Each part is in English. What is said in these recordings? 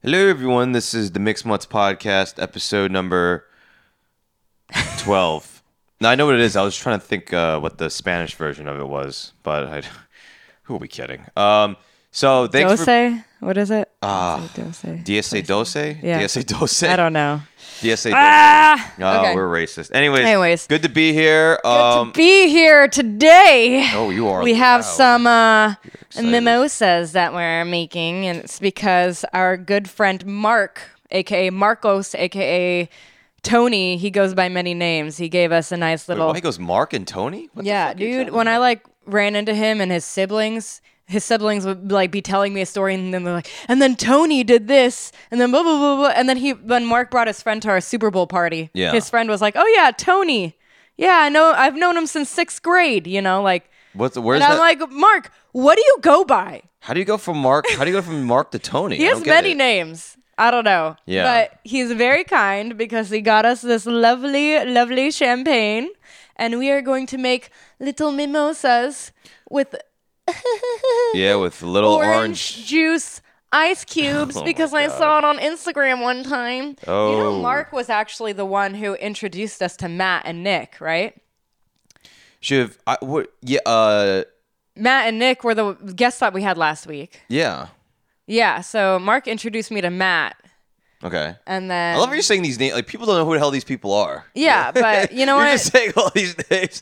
Hello, everyone. This is the Mixed Mutts podcast, episode number 12. now, I know what it is. I was trying to think uh, what the Spanish version of it was, but I, who are we kidding? Um, so thanks for. Dose? What is it? Ah, Say dose. DSA Dose? Yeah. DSA Dose? I don't know. DSA Dose. Ah! Oh, okay. we're racist. Anyways, Anyways. good to be here. Um, to be here today. oh, you are. we have loud. some uh, excited. mimosas that we're making, and it's because our good friend Mark, aka Marcos, aka Tony, he goes by many names. He gave us a nice Wait, little. why Oh, goes Mark and Tony? What the Yeah, fuck are you dude. talking When I about? like ran into him and his siblings, his siblings would like be telling me a story, and then they're like, and then Tony did this, and then blah blah blah blah, and then he, when Mark brought his friend to our Super Bowl party, Yeah. his friend was like, oh yeah, Tony, yeah, I know, I've known him since sixth grade, you know, like, What's, where's and I'm that? like, Mark, what do you go by? how do you go from Mark? How do you go from Mark to Tony? He I has don't get many it. names. I don't know. Yeah. But he's very kind because he got us this lovely, lovely champagne. And we are going to make little mimosas with Yeah, with little orange, orange juice ice cubes Oh my because I saw it on Instagram one time. You Oh. know, Mark was actually the one who introduced us to Matt and Nick, right? Shiv, I what? Yeah, uh, Matt and Nick were the guests that we had last week. yeah. Yeah. So Mark introduced me to Matt. Okay. And then I love how you're saying these names. Like people don't know who the hell these people are. Yeah, but you know you're what? just saying all these names.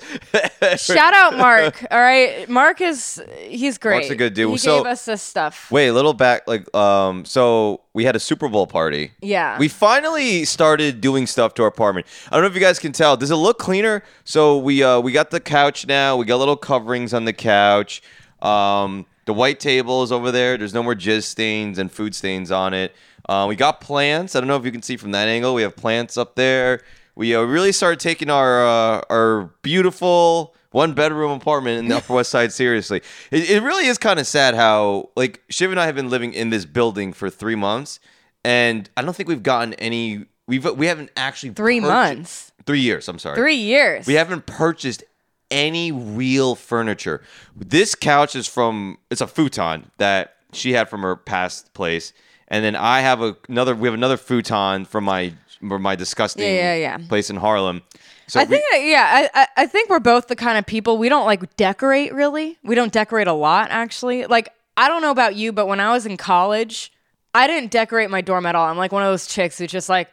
Shout out Mark. All right. Mark is he's great. Mark's a good dude. He So- gave us this stuff. Wait, a little back. Like, um, so we had a Super Bowl party. Yeah. We finally started doing stuff to our apartment. I don't know if you guys can tell. Does it look cleaner? So we uh, we got the couch now. We got little coverings on the couch. Um, the white table is over there. There's no more jizz stains and food stains on it. Uh, we got plants. I don't know if you can see from that angle. We have plants up there. We uh, really started taking our uh, our beautiful one bedroom apartment in the Upper West Side seriously. It, it really is kind of sad how like Shiv and I have been living in this building for three months and I don't think we've gotten any. We've we haven't actually Three purcha- months. three years. I'm sorry, Three years. We haven't purchased any real furniture. This couch is from it's a futon that she had from her past place, and then I have a, another. We have another futon from my from my disgusting Yeah, yeah, yeah. place in Harlem. So I we- think uh, yeah, I, I I think we're both the kind of people we don't like decorate really. We don't decorate a lot actually. Like I don't know about you, but when I was in college, I didn't decorate my dorm at all. I'm like one of those chicks who's just like,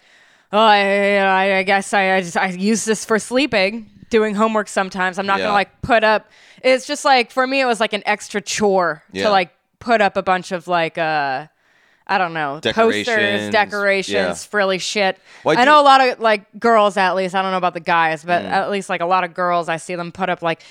oh, I, I, I guess I I, just, I use this for sleeping, doing homework sometimes. I'm not Yeah. gonna like put up. It's just like for me, it was like an extra chore Yeah. to like put up a bunch of like uh. I don't know. Decorations. Posters, decorations, Yeah. frilly shit. Why do I you- Mm. know a lot of like girls, at least. I don't know about the guys, but at least like a lot of girls, I see them put up like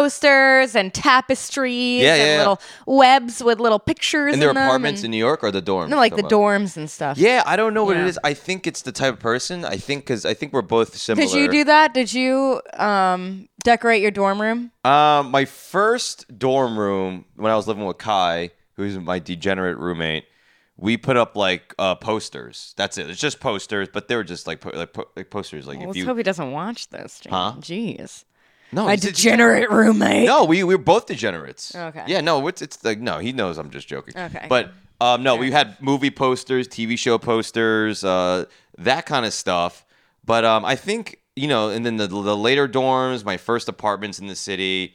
posters and tapestries Yeah, and yeah, yeah. little webs with little pictures in their in them apartments and, in New York or the dorms. no, like the Come on. dorms and stuff. Yeah, I don't know what it Yeah. is. I think it's the type of person. I think because I think we're both similar. Did you do that? Did you um, decorate your dorm room? Um, my first dorm room when I was living with Kai, who's my degenerate roommate, we put up like uh, posters. That's it. It's just posters, but they were just like po- like, po- like posters. Like if Oh, Let's you hope he doesn't watch this. Jane. Huh? Oh, Jeez. no, My he's a- degenerate roommate. No, we we were both degenerates. Okay. Yeah, no, it's it's like no, he knows I'm just joking. Okay. But um, no, we had movie posters, TV show posters, uh, that kind of stuff. But um, I think you know, and then the the later dorms, my first apartments in the city,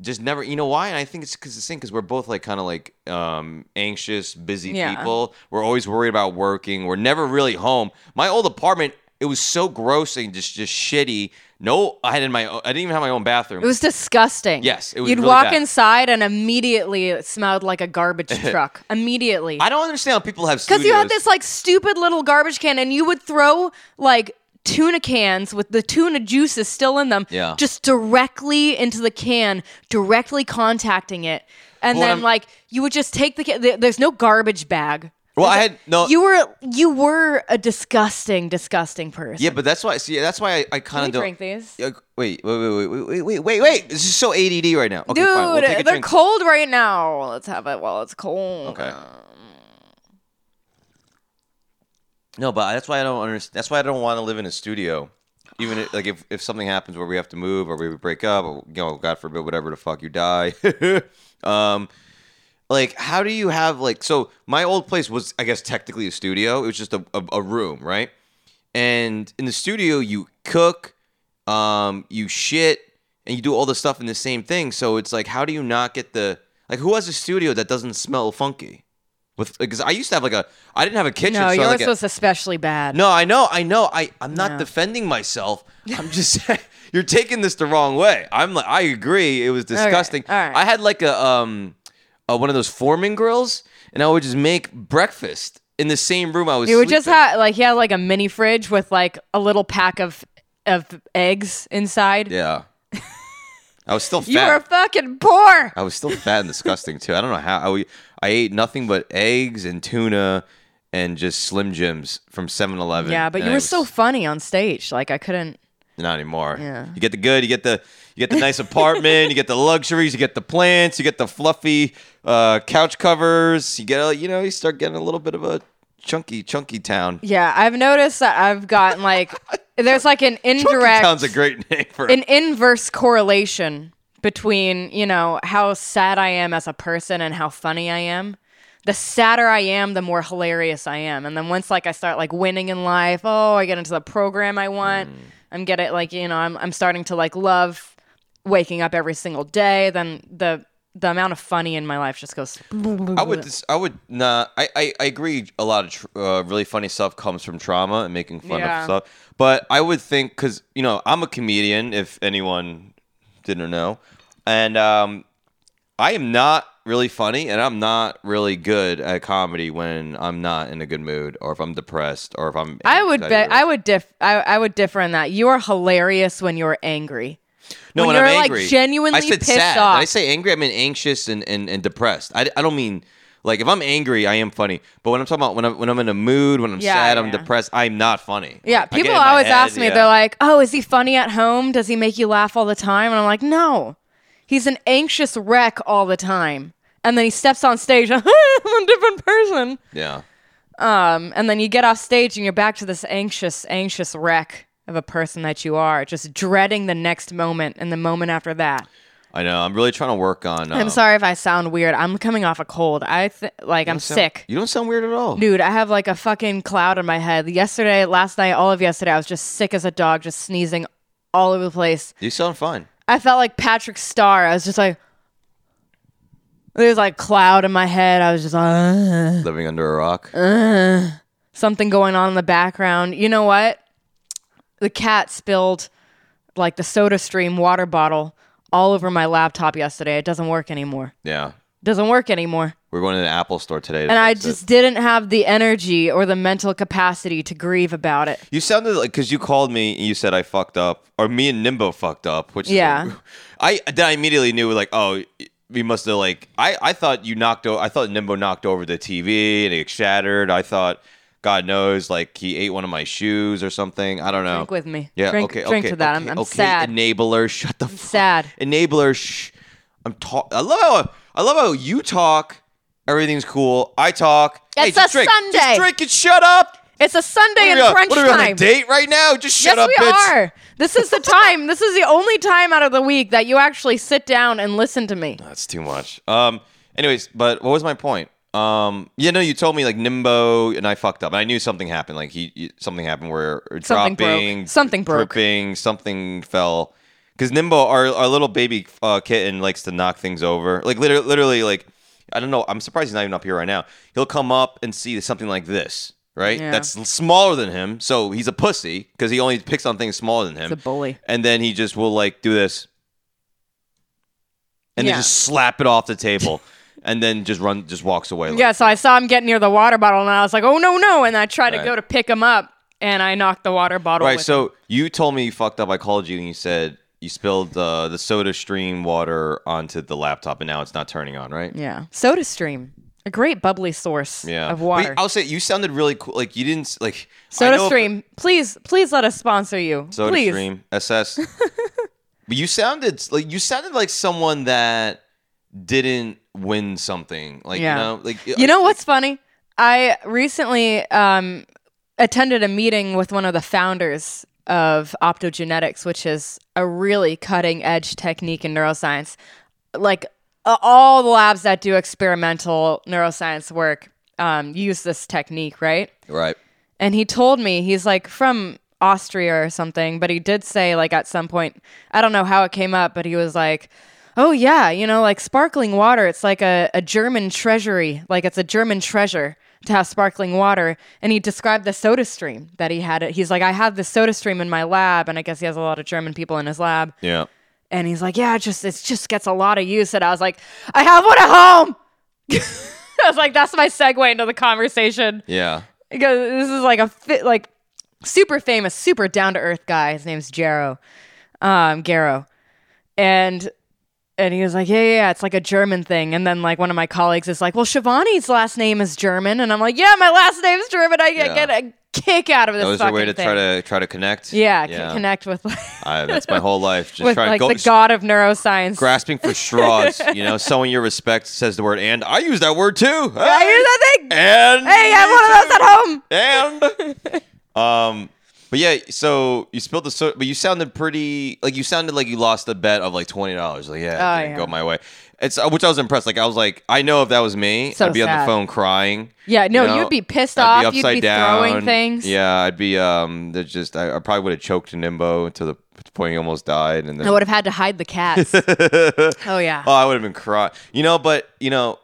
just never. You know why? And I think it's because the thing because we're both like kind of like um, anxious, busy Yeah. people. We're always worried about working. We're never really home. My old apartment. It was so gross and just just shitty. No, I had in my own, I didn't even have my own bathroom. It was disgusting. Yes, it was You'd really walk bad. inside and immediately it smelled like a garbage truck. Immediately. I don't understand how people have Because studios. you had this like stupid little garbage can, and you would throw like tuna cans with the tuna juices still in them, Yeah. just directly into the can, directly contacting it, and Well, then I'm- like you would just take the can. There, there's no garbage bag. Well, I There's- had no. You were you were a disgusting, disgusting person. yeah, but that's why. See, that's why I, I kind Can of we don't. drink these? Yeah, Wait, wait, wait, wait, wait, wait, wait, wait. This is so ADD right now. Okay, Dude, fine. We'll take a they're drink. cold right now. Let's have it while it's cold. Okay. No, but that's why I don't understand. That's why I don't want to live in a studio. Even if, like if, if something happens where we have to move or we break up or you know God forbid whatever the fuck you die, um, like how do you have like so my old place was i guess technically a studio it was just a, a, a room right and in the studio you cook um you shit and you do all the stuff in the same thing so it's like how do you not get the like who has a studio that doesn't smell funky with because i used to have like a i didn't have a kitchen No, so yours like a- was especially bad. no, I know, I know. I I'm not No. defending myself. I'm just saying you're taking this the wrong way. I'm like I agree. It was disgusting. all right. I had like a um uh one of those foreman grills, and I would just make breakfast in the same room I was. You would just sleeping. have like he had like a mini fridge with like a little pack of of eggs inside. yeah. I was still You were fat. fucking poor. I was still fat and disgusting too. I don't know how I I ate nothing but eggs and tuna and just Slim Jims from 7-Eleven. Yeah, but and you I were was- so funny on stage. Like I couldn't. Not anymore. Yeah. You get the good, you get the you get the nice apartment, you get the luxuries, you get the plants, you get the fluffy uh, couch covers. You get a, you know, you start getting a little bit of a chunky chunky town. Yeah, I've noticed that I've gotten like there's like an Chunky indirect town's a great name for an inverse correlation between you know how sad I am as a person and how funny I am. The sadder I am, the more hilarious I am. And then once like I start like winning in life, oh, I get into the program I want. I'm getting like you know I'm I'm starting to like love waking up every single day. Then the the amount of funny in my life just goes. I would dis- I would nah I, I, I agree a lot of tr- uh, really funny stuff comes from trauma and making fun Yeah. of stuff. But I would think cuz you know, I'm a comedian if anyone didn't know. And um I am not really funny and I'm not really good at comedy when I'm not in a good mood or if I'm depressed or if I'm I would be, excited. I would diff I, I would differ in that. You are hilarious when you're angry. No, when when, I'm you're, like, angry. genuinely I said pissed sad. off. When I say angry, I mean anxious and, and, and depressed. I, I don't mean like if I'm angry, I am funny. But when I'm talking about when I'm when I'm in a mood, when I'm Yeah, sad, I'm yeah. depressed, I'm not funny. Yeah, Like, I get people in my always head, ask me, yeah. they're like, "Oh, is he funny at home? Does he make you laugh all the time?" And I'm like, "No, he's an anxious wreck all the time." And then he steps on stage, I'm a different person. Yeah. Um, and then you get off stage and you're back to this anxious, anxious wreck of a person that you are, just dreading the next moment and the moment after that. I know. I'm really trying to work on um, I'm sorry if I sound weird. I'm coming off a cold. I th- like I'm sound- sick. You don't sound weird at all. Dude, I have like a fucking cloud in my head. Yesterday, last night, all of yesterday, I was just sick as a dog, just sneezing all over the place. You sound fine. I felt like Patrick Starr. I was just like, there's like cloud in my head. I was just like, "Ugh." Living under a rock. Uh. something going on in the background. You know what? The cat spilled like the soda stream water bottle all over my laptop yesterday. It doesn't work anymore. yeah. It doesn't work anymore. We're going to the Apple store today. to And I fix it. just didn't have the energy or the mental capacity to grieve about it. You sounded like because you called me and you said I fucked up, or me and Nimbo fucked up, which is- Yeah. I then I immediately knew like oh we must have like I I thought you knocked over I thought Nimbo knocked over the TV and it shattered. I thought God knows like he ate one of my shoes or something. I don't know. Drink with me. Oh. Yeah. Drink- okay. drink okay, to that. Okay, I'm- I'm okay, sad. Enabler. Shut the. fuck sad. Enabler. Shh. I'm talk. I love how I love how you talk. Everything's cool. I talk. hey, It's just a drink. Sunday. Just drink and shut up. It's a Sunday What and are we on- crunch what are we on time. a date right now? Just shut yes, up, we bitch. are. This is the time. This is the only time out of the week that you actually sit down and listen to me. That's too much. Um. Anyways, but what was my point? Um. Yeah. No, you told me like Nimbo and I fucked up. And I knew something happened. Like he, he- something happened where Something broke. dropping, Something broke. tripping, something fell. Because Nimbo, our our little baby uh, kitten, likes to knock things over. Like literally, literally, like I don't know. I'm surprised he's not even up here right now. He'll come up and see something like this. Right, Yeah. that's smaller than him, so he's a pussy because he only picks on things smaller than him. a bully. and then he just will like do this and Yeah. then just slap it off the table and then just run just walks away like, Yeah, so I saw him get near the water bottle and I was like, oh no, no. And I tried to Right. go to pick him up and I knocked the water bottle. all right with so you told me you fucked up i called you and you said you spilled uh, the soda stream water onto the laptop and now it's not turning on right him. Yeah. Soda Stream, a great bubbly source yeah Mm. of But water. i'll say you sounded really cool like you didn't s- like I Soda know if- Stream, please, please let us sponsor you. soda please. stream ss but you sounded s- like you sounded like someone that didn't win something like Yeah. you know like You know what's funny? I recently um, attended a meeting with one of the founders of optogenetics, which is a really cutting edge technique in neuroscience. Like uh, all the labs that do experimental neuroscience work um, use this technique, right? Right. And he told me he's like from Austria or something, but he did say like at some point, I don't know how it came up, but he was like, "Oh yeah, you know, like sparkling water, it's like a, a German treasury, like it's a German treasure." To have sparkling water, and he described the soda stream that he had. He's like, I have this soda stream in my lab, and I guess he has a lot of German people in his lab. Yeah. And he's like, "Yeah, it just it just gets a lot of use." And I was like, "I have one at home." I was like, "That's my segue into the conversation." Yeah. Because this is like a fit, like super famous, super down to earth guy. His name's Jero, um, Garo, and and he was like, yeah, yeah, yeah, it's like a German thing. And then like one of my colleagues is like, well, Shivani's last name is German, and I'm like, yeah, my last name's German. I Yeah. get a kick out of this. That was a fucking way to thing. try to try to connect. yeah, c- connect with like, I, that's my whole life. Just with trying like to go, the god of neuroscience. grasping for straws. you know, someone you respect says the word and. I use that word too. I hear that thing. And Hey, I have one of those at home. and um but yeah so you spilled the so but you sounded pretty like you sounded like you lost a bet of like $20 like yeah Oh, it didn't yeah. go my way it's uh, which i was impressed like i was like i know if that was me So i'd be on the sad. phone crying Yeah, no, know? you'd be pissed I'd off. you'd be throwing things. yeah i'd be um there's just i, I probably would have choked nimbo to the point he almost died and then I would have had to hide the cats. oh yeah. Oh, I would have been crying. You know, but you know,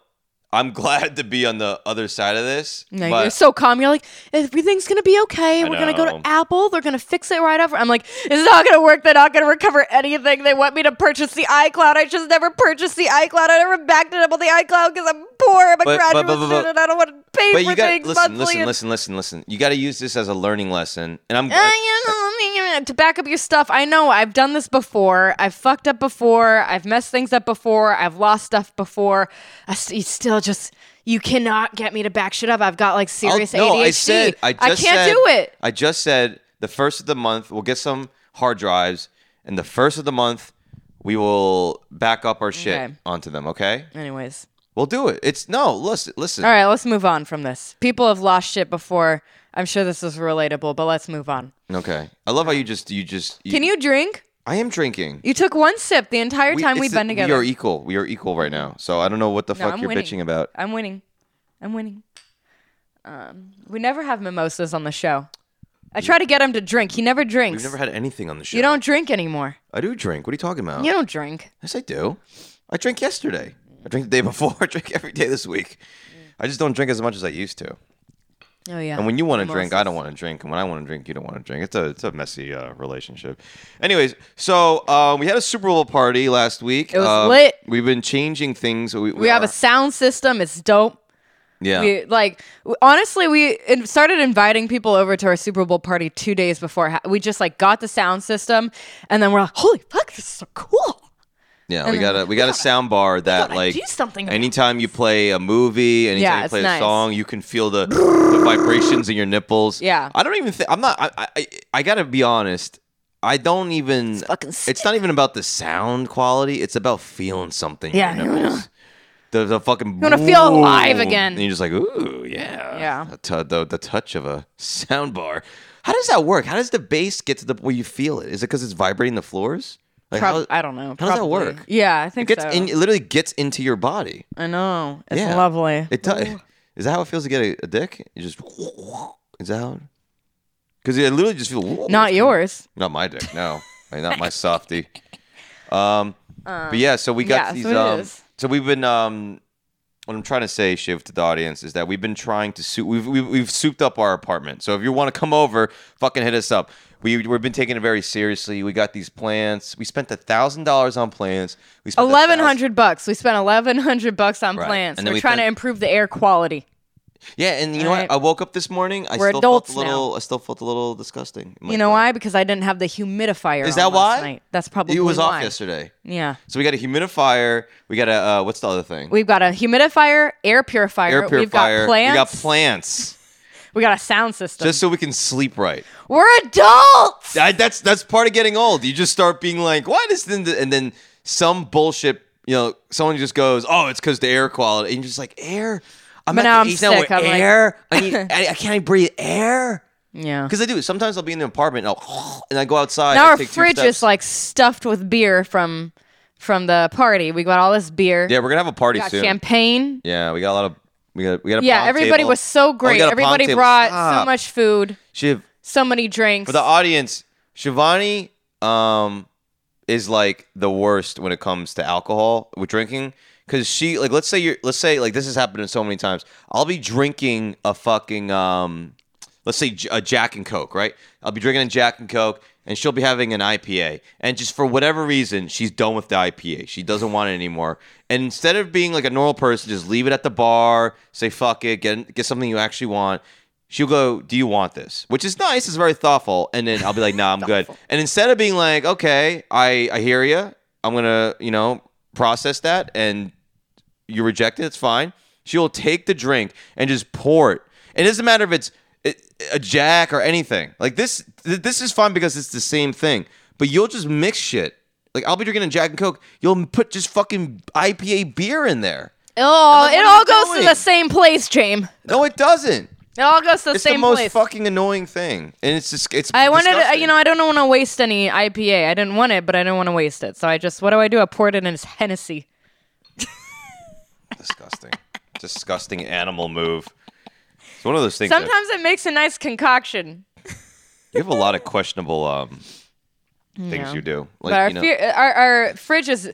I'm glad to be on the other side of this. No, but- you're so calm. You're like, everything's gonna be okay. We're gonna go know. to Apple. They're gonna fix it right over. I'm like, it's not gonna work. They're not gonna recover anything. They want me to purchase the iCloud. I just never purchased the iCloud. I never backed it up on the iCloud because I'm poor. I'm a But- but- graduate but- but- student. I don't want to pay but for you got things listen, monthly. listen, and- listen, listen, listen. You got to use this as a learning lesson. And I'm Uh, you know, I mean, to back up your stuff. I know I've done this before. I've fucked up before. I've messed things up before. I've lost stuff before. I s- you still just you cannot get me to back shit up. I've got like I'll- serious no, ADHD. I said I just can't said- do it. I just said the first of the month we'll get some hard drives, and the first of the month we will back up our shit Okay. onto them. Okay, Anyways, we'll do it. It's no, listen, listen. all right, let's move on from this. People have lost shit before. I'm sure this is relatable, but let's move on. Okay, I love how you just you just. Can you drink? I am drinking. You took one sip the entire time it's we've the- been together. We are equal. We are equal right now. So I don't know what the No, fuck I'm you're winning. bitching about. I'm winning. I'm winning. Um, we never have mimosas on the show. I try to get him to drink. He never drinks. We've never had anything on the show. you don't drink anymore. I do drink. What are you talking about? You don't drink. Yes, I do. I drank yesterday. I drank the day before. I drink every day this week. Mm. I just don't drink as much as I used to. Oh yeah. And when you want to drink, I Mimosas. don't want to drink. And when I want to drink, you don't want to drink. It's a it's a messy uh, relationship. Anyways, so um, we had a Super Bowl party last week. It was lit. We've been changing things. We, we have a sound system. It's dope. yeah. We like w- honestly, we in- started inviting people over to our Super Bowl party two days before. Ha- we just like got the sound system, and then we're like, "Holy fuck, this is so cool!" Yeah, we got a we got a sound bar that gotta like do something about anytime you play a movie, anytime Yeah, you it's play a nice. song, you can feel the, the vibrations in your nipples. Yeah. I don't even think I'm not. I, I I gotta be honest. I don't even. It's fucking It's not even about the sound quality. It's about feeling something. Yeah, in your nipples. The, the fucking. You wanna feel alive again. And you're just like, ooh, yeah, Yeah. The, tu- the, the touch of a sound bar. How does that work? How does the bass get to the where you feel it? Is it because it's vibrating the floors? Like, Prob- how- I don't know. How does that probably. work? Yeah, I think It gets so. in. It literally gets into your body. I know. It's Yeah. lovely. It does. Is that how it feels to get a, a dick? You just. Is that how? Because it literally just feels. not yours. Not my dick. No, I mean, not my softy. Um, but yeah, so we got yeah, these. so it um, is. so we've been. Um, what I'm trying to say, Shiv, to the audience is that we've been trying to soup. We've we've, we've souped up our apartment. So if you want to come over, fucking hit us up. We we've been taking it very seriously. We got these plants. We spent a thousand dollars on plants. We spent Eleven 1,000 hundred bucks. We spent eleven hundred bucks on Right. plants. And then We're we trying fin- to improve the air quality. Yeah, and you know Alright. what? I woke up this morning. I We're still adults felt a little. I still felt a little disgusting. I'm You like, know "Oh." why? Because I didn't have the humidifier. Is on that last why? Night. That's probably It was why. off yesterday. Yeah, So we got a humidifier. We got a uh, what's the other thing? we've got a humidifier, air purifier. Air We've got purifier. plants. We got plants. We got a sound system. Just so we can sleep right. We're adults. I, that's that's part of getting old. You just start being like, why does then and then some bullshit. You know, someone just goes, oh, it's because the air quality, and you're just like air. I'm But at now the I'm age now sick. where I'm like- air. I, need, I, I can't breathe air. Yeah. Because I do. Sometimes I'll be in the apartment and, I'll, and I go outside. Now I our take two fridge steps. is like stuffed with beer from from the party. We got all this beer. Yeah, we're gonna have a party we got soon. champagne. Yeah, we got a lot of we got we got a Yeah, pong everybody table. was so Oh, we great. got a pong everybody table. brought so Stop. much food, Shiv so many drinks. for the audience. Shivani um is like the worst when it comes to alcohol with drinking because she like let's say you're let's say like this has happened so many times. I'll be drinking a fucking um let's say J- a Jack and Coke, right? I'll be drinking a Jack and Coke, and she'll be having an IPA. And just for whatever reason, she's done with the IPA. She doesn't want it anymore. And instead of being like a normal person, just leave it at the bar, say fuck it, get get something you actually want. She'll go, "Do you want this?" Which is nice. It's very thoughtful. And then I'll be like, "Nah, I'm good." And instead of being like, "Okay, I I hear you. I'm gonna you know process that and you reject it, it's fine. She'll take the drink and just pour it. It doesn't matter if it's a- a jack or anything. Like this, th- this is fine because it's the same thing. But you'll just mix shit. Like I'll be drinking a Jack and Coke. You'll put just fucking IPA beer in there. oh, like, it what all are you goes to the doing? same place, James. No, it doesn't. It all goes to the It's same the most place. fucking annoying thing, and it's just it's. I wanted, to, uh, disgusting. you know, I don't want to waste any IPA. I didn't want it, but I didn't want to waste it. So I just, what do I do? I poured it in his Hennessy. disgusting, disgusting animal move. It's one of those things. that- Sometimes it makes a nice concoction. you have a lot of questionable um, things you do. Like but our, you know, fear, our our fridge is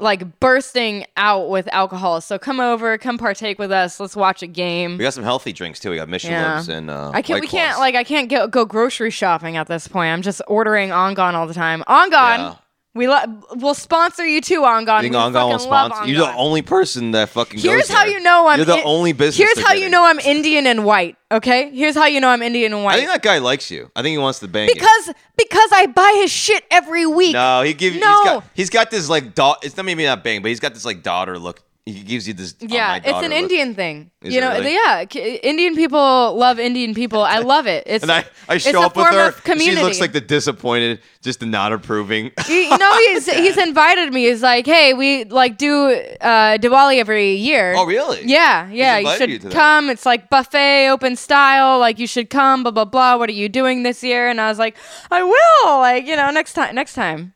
like bursting out with alcohol. So come over, come partake with us. Let's watch a game. We got some healthy drinks too. We got Michelob's and uh, I can't. White We can't. Claws. Like I can't go, go grocery shopping at this point. I'm just ordering ongon all the time. Ongon. Yeah. We lo- we'll sponsor you too, Ongon. You think We Ongon will fucking love sponsor? You're the Ongon. only person that fucking. Here's goes how there. you know I'm. You're the in- only business. Here's they're how you getting. know I'm Indian and white. Okay. Here's how you know I'm Indian and I white. think that guy likes you. I think he wants to bang you. because because I buy his shit every week. No, he gives. No. He's got, he's got this like dot. It's not maybe not bang, but he's got this like daughter look. He gives you this. oh, Yeah, my it's daughter an look. Indian thing. Is it you know, really? yeah, K- Indian people love Indian people. I love it. It's And I, I it's show a up with form her. of and She community. looks like the disappointed, just the not approving. He- you know, he's he's invited me. He's like, hey, we like do uh, Diwali every year. oh really? Yeah, yeah. You invited should you to that. come. It's like buffet, open style. Like you should come. Blah blah blah. What are you doing this year? And I was like, I will. Like you know, next time, next time,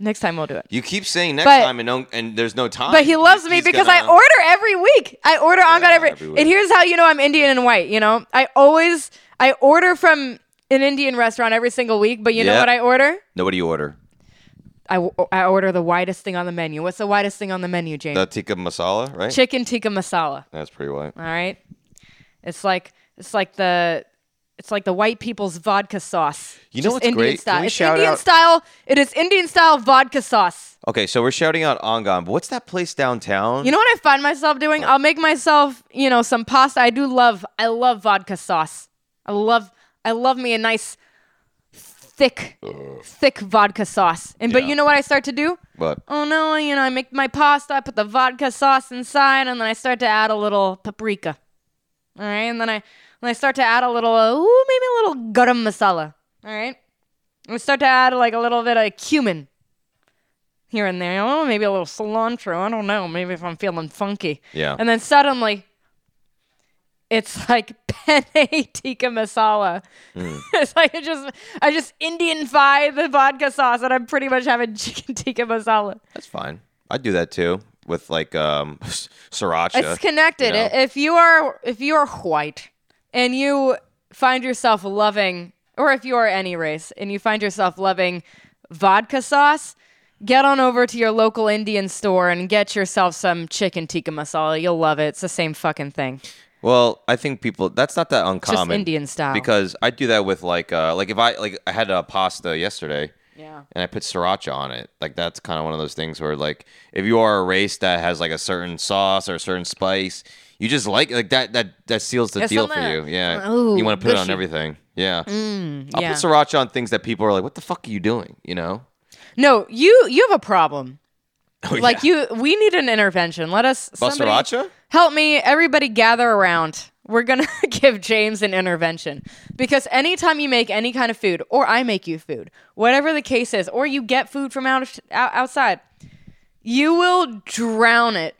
next time we'll do it. You keep saying next But- time and no, and there's no time. But he loves me He's because I gonna- order every week. I order on God every, every week. and here's how you know I'm Indian and white, you know? I always I order from an Indian restaurant every single week, but you know Yeah. what I order? No, what do you order? I, w- I order the widest thing on the menu. What's the widest thing on the menu, Jane? The tikka masala, right? Chicken tikka masala. That's pretty white. All right. It's like it's like the it's like the white people's vodka sauce. You know Just what's Indian great? Can Style. we It's shout Indian out- style. It is Indian style vodka sauce. Okay, so we're shouting out Ongon. But what's that place downtown? You know what I find myself Oh. doing? I'll make myself, you know, some pasta. I do love, I love vodka sauce. I love, I love me a nice, thick, thick vodka sauce. And but Yeah. you know what I start to do? what? Oh no, you know, I make my pasta. I put the vodka sauce inside, and then I start to add a little paprika. All right, and then I, and I start to add a little, uh, ooh, maybe a little garam masala. All right, and I start to add like a little bit of cumin here and there. Oh, maybe a little cilantro. I don't know. Maybe if I'm feeling funky. Yeah. And then suddenly, it's like penne tikka masala. Hmm. it's like I just I just Indianify the vodka sauce, and I'm pretty much having chicken tikka masala. That's fine. I do that too with like um sriracha. It's connected. you know. I- If you are if you are white and you find yourself loving, or if you are any race and you find yourself loving vodka sauce, get on over to your local Indian store and get yourself some chicken tikka masala. You'll love it. It's the same fucking thing. well, I think people that's not that Just uncommon. Indian style. Because I do that with like uh like if I like I had a pasta yesterday yeah. and I put sriracha on it. Like that's kind of one of those things where like if you are a race that has like a certain sauce or a certain spice, you just like like that that that seals the Yeah, deal for something you. that- Yeah. ooh, you want to put it on gushy. everything. Yeah. I'll yeah. put sriracha on things that people are like, "What the fuck are you doing?" You know? No, you you have a problem. Oh, Like yeah. you we need an intervention. Let us About somebody- sriracha? Help me, everybody gather around. We're going to give James an intervention because anytime you make any kind of food or I make you food, whatever the case is, or you get food from out, out outside, you will drown it.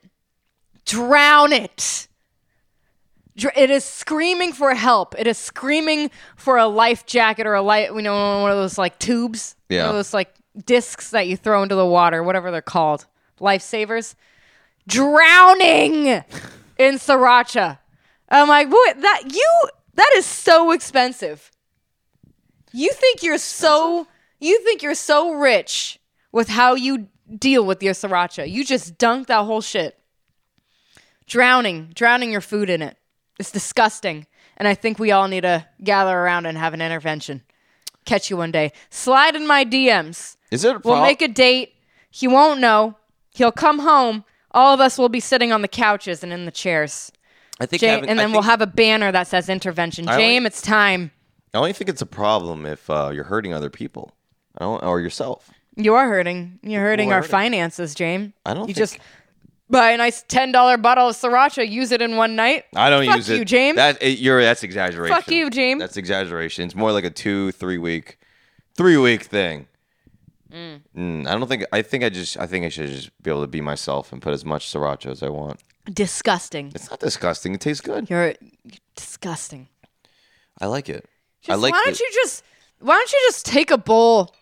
Drown it. Dr- It is screaming for help. It is screaming for a life jacket or a light, you know, one of those like tubes, Yeah. one of those like discs that you throw into the water, whatever they're called. lifesavers, drowning in sriracha. I'm like, what? That you? That is so expensive. You think you're so you think you're so rich with how you deal with your sriracha. You just dunk that whole shit. Drowning, drowning your food in it. It's disgusting. And I think we all need to gather around and have an intervention. Catch you one day. Slide in my DMs. Is it a We'll prob- make a date. He won't know. He'll come home. All of us will be sitting on the couches and in the chairs. I think Ja- having- and I then we'll think- have a banner that says intervention. I only- James, it's time. I only think it's a problem if uh, you're hurting other people I don't, or yourself. You're hurting. You're hurting We're our hurting. finances, James. I don't You think- just buy a nice ten dollar bottle of sriracha, use it in one night. I don't Fuck use it. you, James. That it- you're that's exaggeration. Fuck you, James. That's exaggeration. It's more like a two, three week, three week thing. Mm, I don't think. I think I just. I think I should just be able to be myself and put as much sriracha as I want. Disgusting. It's not disgusting. It tastes good. You're you're disgusting. I like it. I Just- like why it. don't you just why don't you just take a bowl,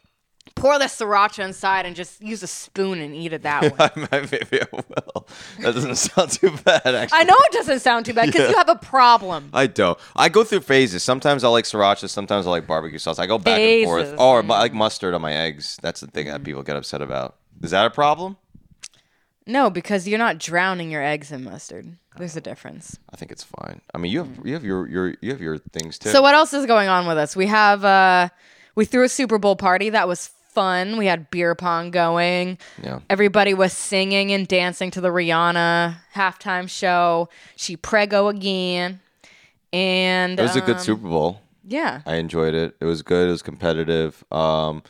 pour the sriracha inside, and just use a spoon and eat it that way? Maybe I will. That doesn't sound too bad, actually. I know it doesn't sound too bad because you have a problem. I don't. I go through phases. Sometimes I like sriracha. Sometimes I like barbecue sauce. I go back and Phases. Mm-hmm. forth. Or I like mustard on my eggs. That's the thing that people get upset about. Is that a problem? No, because you're not drowning your eggs in mustard. There's a difference. I think it's fine. I mean, you have you have your your you have your things too. So what else is going on with us? We have uh we threw a Super Bowl party that was fun. We had beer pong going. yeah. Everybody was singing and dancing to the Rihanna halftime show. She prego again. And It was a uh, good Super Bowl. yeah. I enjoyed it. It was good. It was competitive. Um,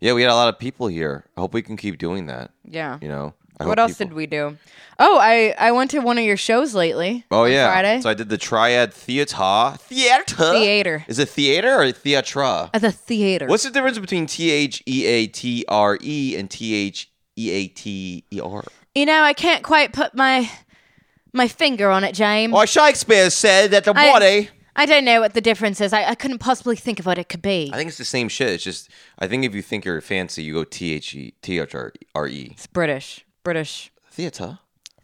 yeah, we had a lot of people here. I hope we can keep doing that. Yeah. You know. I What hope else people- did we do? Oh, I I went to one of your shows lately. Oh on yeah. Friday. So uh, I did the Triad Theater. Theater. Theater. Is it theater or theatra? At the theater. What's the difference between T H E A T R E and T H E A T E R? you know, I can't quite put my my finger on it, James. Well, Shakespeare said that the I- body. I don't know what the difference is. I, I couldn't possibly think of what it could be. I think it's the same shit. It's just I think if you think you're fancy, you go T H E T H R R E. It's British. British Theater.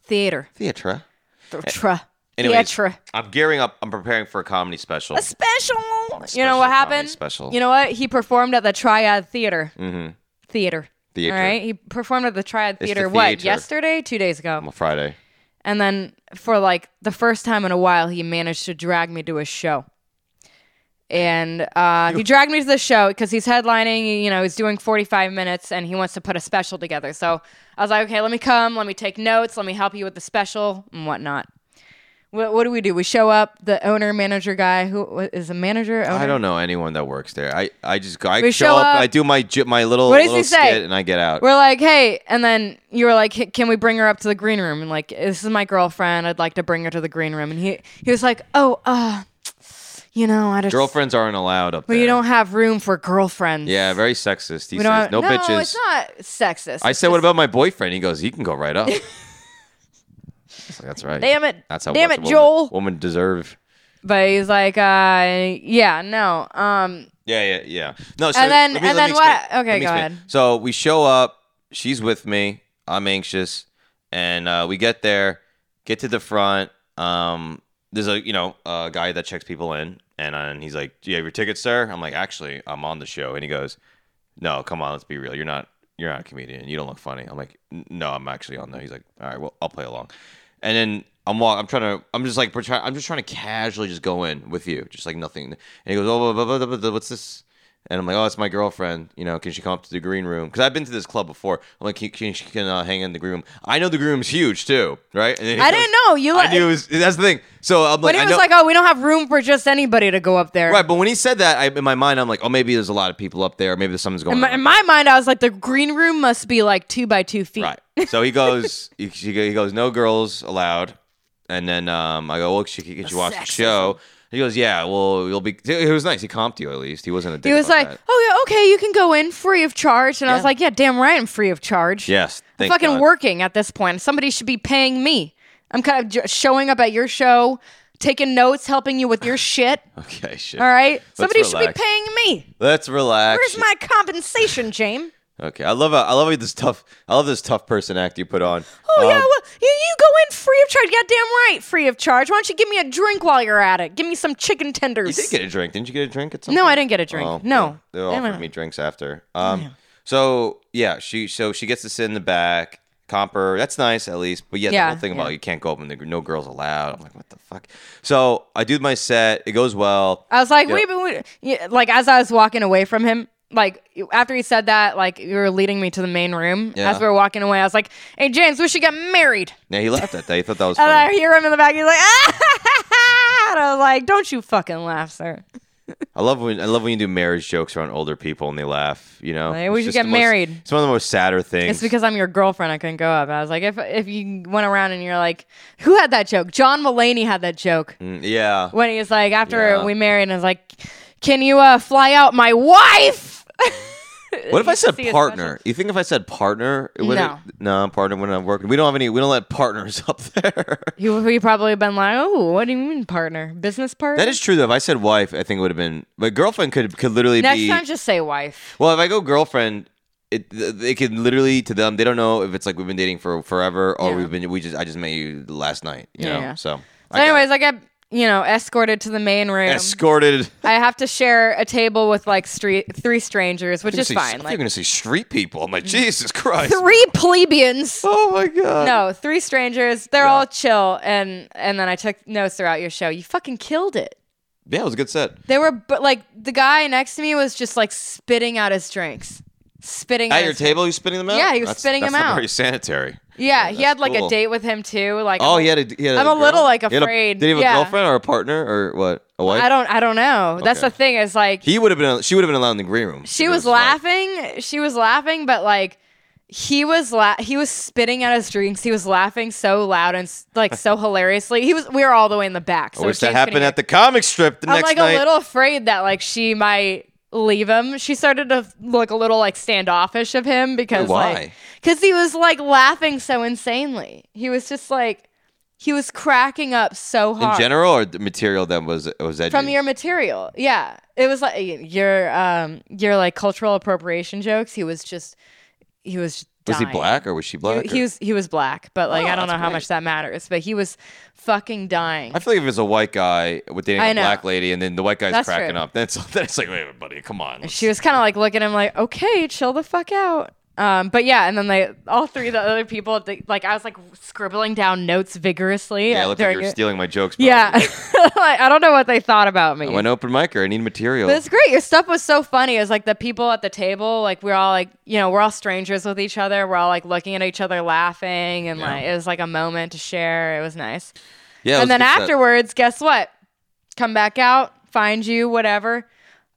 theater. Theatre. Theatre. Anyways, Theatre. I'm gearing up. I'm preparing for a comedy special. A special. You know special comedy what happened? special. You know what? He performed at the Triad Theater. Mm-hmm. Theater. Theatre. All right. He performed at the Triad the Theater. what? theatre. Yesterday? Two days on ago. Friday. And then for like the first time in a while, he managed to drag me to a show. And uh, he dragged me to the show because he's headlining. You know, he's doing 45 minutes and he wants to put a special together. So I was like, okay, let me come. Let me take notes. Let me help you with the special and whatnot. What, what do we do? We show up. The owner, manager guy, who wh- is a manager? Owner? I don't know anyone that works there. I, I just go. I We show show up, up. I do my j- my little What does he little say? skit and I get out. We're like, hey, and then you were like, "Hey, can we bring her up to the green room? And like, this is my girlfriend. I'd like to bring her to the green room. And he he was like, oh, uh, you know, I just Girlfriends aren't allowed up Well, there. you don't have room for girlfriends. Yeah, very sexist. He we says no, don't. Have, bitches. it's not sexist. I It's said, "What just- about my boyfriend?" He goes, "He can go right up." It's like, That's right. Damn it. That's how Damn what's it, a woman- Joel. Woman deserve. But he's like, uh, yeah, no. Um, Yeah, yeah, yeah. No. So And then- let me- and let then me what- explain. okay, Let me go explain. ahead. So we show up. She's with me. I'm anxious, and uh, we get there, get to the front. Um, there's a you know a guy that checks people in, and, uh, and he's like, "Do you have your ticket, sir?" I'm like, "Actually, I'm on the show," and he goes, no, come on, let's be real. You're not you're not a comedian. You don't look funny. I'm like, "N- no, I'm actually on there. He's like, all right, well, I'll play along. And then I'm walk, I'm trying to I'm just like pretend- I'm just trying to casually just go in with you, just like nothing. And he goes, oh, blah, blah, blah, blah, blah, what's this? And I'm like, oh, it's my girlfriend. You know, can she come up to the green room? Because I've been to this club before. I'm like, can, can she can uh, hang in the green room? I know the green room's huge too, right? And then he I goes- didn't know you. I Like, knew it was, that's the thing. So I'm but like, he I was know, like, oh, we don't have room for just anybody to go up there. right. But when he said that, I, in my mind, I'm like, oh, maybe there's a lot of people up there. Maybe there's something's going In on. my, in my mind, I was like, the green room must be like two by two feet. Right. So he goes, he, she go- he goes, no girls allowed. And then um, I go, well, she can get you watch the Sexism. show. He goes, yeah, well, you'll be. He was nice. He comped you at least. He wasn't a dick. He was about like, that. oh yeah, okay, you can go in free of charge. And I was Yeah. like, yeah, damn right, I'm free of charge. yes, I'm thank fucking God. working at this point. Somebody should be paying me. I'm kind of j- showing up at your show, taking notes, helping you with your shit. Okay, shit. All right? Somebody should relax. be paying me. Let's relax. Where's my compensation, James? Okay, I love I love this tough I love this tough person act you put on. Oh yeah, Um, well you, you go in free of charge. Goddamn right, free of charge. Why don't you give me a drink while you're at it? Give me some chicken You tenders. did get a drink, didn't you? Get a drink at some? no, point? I didn't get a drink. Oh, no, Oh, They Damn offered it. me drinks after. Um, so yeah, she so she gets to sit in the back. Comper, that's nice at least. But yeah, the Yeah, whole thing yeah. about you can't go up and the, no girls allowed. I'm like, what the fuck? So I do my set. It goes well. I was like, Yeah. wait, but wait. Yeah, like as I was walking away from him, like after he said that, like you were leading me to the main room. Yeah. As we were walking away, I was like, hey James, we should get married. Yeah, he laughed at that. He thought that was And I funny. hear him in the back. He's like, ah! and I was like, don't you fucking laugh, sir. I love when I love when you do marriage jokes around older people and they laugh. You know, Like, we It's just should get the most- married. it's one of the most sadder things. It's because I'm your girlfriend. I couldn't go up. I was like, if if you went around and you're like, who had that joke? John Mulaney had that joke Mm, yeah, when he was like, after Yeah. we married, and I was like, can you uh, fly out my wife? What if I said see his partner? You think if I said partner, it would No. no partner when I'm working. We don't have any. We don't let partners up there. He would he probably been like, oh, what do you mean partner? Business partner? that is true though. If I said wife, I think it would have been. My girlfriend could could literally Next be. time, just say wife. well, if I go girlfriend, it th- it could literally to them they don't know if it's like we've been dating for forever or Yeah. we've been we just I just met you last night. You Yeah, know, yeah. so. So, anyways, um, I got you know escorted to the main room. escorted. I have to share a table with like street, three strangers, which is See, fine. you're Like Mm. gonna say street people. I'm like Jesus Christ. three plebeians. Oh my god. No, three strangers. They're Yeah. all chill, and and then I took notes throughout your show. You fucking killed it. Yeah, it was a good set. They were, but like the guy next to me was just like spitting out his drinks, spitting At out your his- table, you spitting them out. Yeah, he was That's- spitting that's them not out. Very sanitary. Yeah, he that's had like cool. a date with him too. Like Oh, I'm- he had a. He had I'm a a little, girl? like, He had a- afraid. did he have Yeah. a girlfriend or a partner or what? A wife? I don't I don't know. That's Okay. the thing is like He would have been. She would have been allowed in the green room. she It was like- laughing. She was laughing, but like he was la- he was spitting out his drinks. He was laughing so loud and s- like so hilariously. He was we were all the way in the back. So I wish James that couldn't happened hear. at the comic strip the I'm next like night. a little afraid that like she might leave him. She started to look a little like standoffish of him because Why? like because he was like laughing so insanely. He was just like he was cracking up so hard in general, or the material that was was edgy. from your material. Yeah, it was like y- your um your like cultural appropriation jokes. He was just he was. just was he dying. black or was she He, black? he or- was he was black, but like Oh, I don't know that's how great. much that matters. But he was fucking dying. I feel like if it's a white guy with dating I a know. black lady, and then the white guy's That's cracking true. up, then it's, then it's like, wait, buddy, come on. let's- she was kind of like looking at him like, okay, chill the fuck out. Um, but yeah, and then they all three of the other people, they, like I was like scribbling down notes vigorously. yeah, uh, it looked like during you were it. stealing my jokes. probably. yeah, like, I don't know what they thought about me. I'm an open micer. I need material. But it's great. Your stuff was so funny. It was like the people at the table, like we're all like, you know, we're all strangers with each other. We're all like looking at each other, laughing, and Yeah. like it was like a moment to share. It was nice. yeah, it was and a then good set. afterwards, guess what? Come back out, find you, whatever.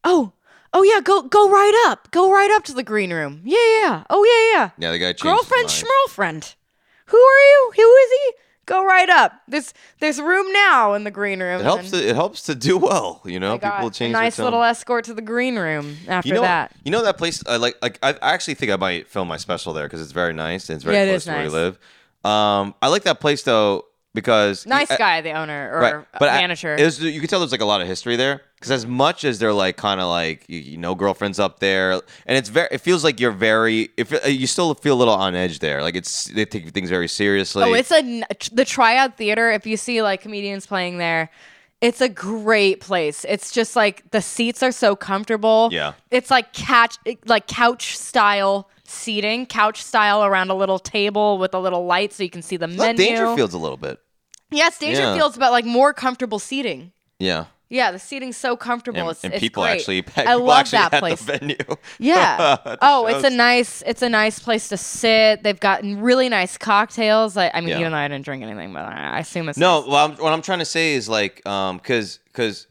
Oh, oh yeah, go go right up, go right up to the green room. Yeah, yeah. yeah. Oh yeah, yeah. yeah, the guy changed his Girlfriend, mind. schmirlfriend. Who are you? Who is he? Go right up. There's there's room now in the green room. It helps. And To, it helps to do well. You know, I got people a change. their nice tone. little escort to the green room after You know, that. you know that place. I like. Like I I actually think I might film my special there because it's very nice and it's very Yeah, it close is to where we nice. live. Um, I like that place though because Nice I- guy, the owner or uh, right, but I- manager. it was- you can tell there's like a lot of history there because as much as they're like kind of like you, you know girlfriends up there and it's very it feels like you're very if uh, you still feel a little on edge there like it's they take things very seriously. Oh, it's a n- the tryout theater. If you see like comedians playing there, it's a great place. It's just like the seats are so comfortable. Yeah. it's like catch like couch style seating, couch style around a little table with a little light so you can see the like menu. Dangerfields a little bit. Yes, Dangerfields, but like more comfortable seating. Yeah. Yeah, the seating's so comfortable. And, it's, and it's people great. actually, I people love actually that at place. the venue. Yeah. at the oh, it's a shows. nice it's a nice place to sit. They've gotten really nice cocktails. I, I mean, Yeah. even though I didn't drink anything, but I, I assume it's No, nice. well, I'm, what I'm trying to say is like, um, cause, cause,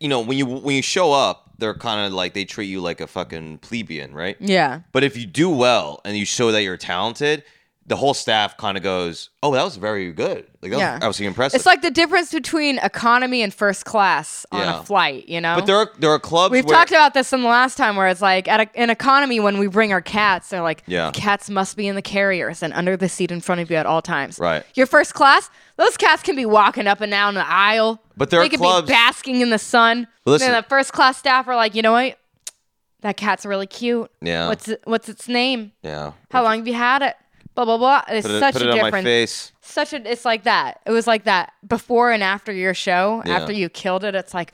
you know, when you when you show up, they're kind of like they treat you like a fucking plebeian, right? Yeah. But if you do well and you show that you're talented, the whole staff kind of goes, "Oh, that was very good. Like that Yeah. was absolutely impressive." It's like the difference between economy and first class on Yeah. a flight, you know? but there are there are clubs. We've where, talked about this in the last time where it's like at a, an economy when we bring our cats, they're like, Yeah. cats must be in the carriers and under the seat in front of you at all times. Right. Your first class, those cats can be walking up and down the aisle. But there they are can clubs- be basking in the sun. Listen- and then the first class staff are like, you know what? that cat's really cute. Yeah. What's it, what's its name? Yeah. How long have you had it? Blah blah blah. It's Put it, such put a it on difference. my face. Such a it's like that. It was like that before and after your show. Yeah. After you killed it, it's like,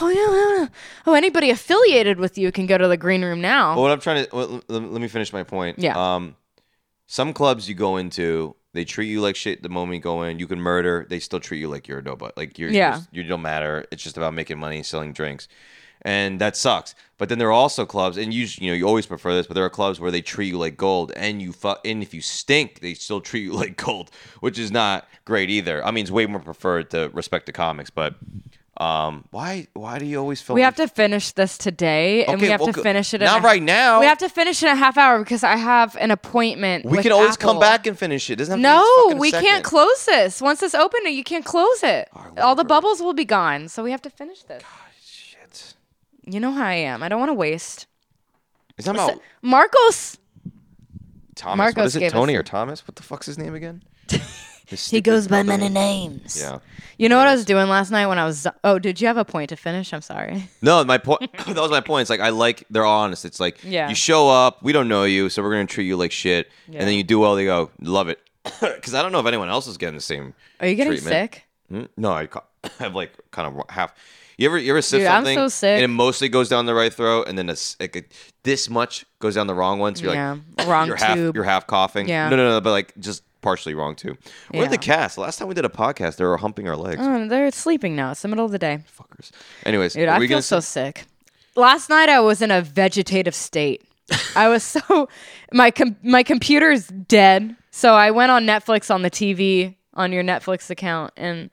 oh yeah, yeah, oh anybody affiliated with you can go to the green room now. But what I'm trying to well, let, let me finish my point. Yeah. Um, some clubs you go into, they treat you like shit the moment you go in. You can murder, they still treat you like you're a nobody. Like you're, Yeah. you don't matter. It's just about making money, selling drinks, and that sucks. But then there are also clubs, and you you know you always prefer this, but there are clubs where they treat you like gold, and you fu- and if you stink, they still treat you like gold, which is not great either. I mean, it's way more preferred to respect the comics, but. Um, why why do you always feel we have to finish this today, and we Okay, have well, to go- finish it. in not a- right now. We have to finish in a half hour because I have an appointment. We with can always come Apple. back and finish it. Doesn't have to be No, fucking a we second. can't close this. Once it's open, you can't close it. All the bubbles will be gone, so we have to finish this. Shit. You know how I am. I don't want to waste. Is that about Marcos. Thomas? Marcos what is gave it? us- Tony or Thomas? What the fuck's his name again? He goes by many names. Yeah. You know what I was doing last night when I was. Oh, did you have a point to finish? I'm sorry. No, my point. that was my point. It's like I like they're honest. It's like Yeah. you show up, we don't know you, so we're gonna treat you like shit, Yeah. and then you do well. They go, love it, because I don't know if anyone else is getting the same. Are you getting treatment. sick? Hmm? No, I ca- have like kind of half. You ever you ever sip Dude, I'm something so sick. and it mostly goes down the right throat, and then a, s- like a, this much goes down the wrong one. So you're Yeah, like wrong you're tube. half you're half coughing. Yeah. No, no, no, but like just partially wrong too. Where Yeah. are the cast? Last time we did a podcast, they were humping our legs. Oh, they're sleeping now. It's the middle of the day. Fuckers. Anyways, Dude, are I we feel gonna so sit- sick. Last night I was in a vegetative state. I was so my com- my computer's dead. So I went on Netflix on the TV on your Netflix account and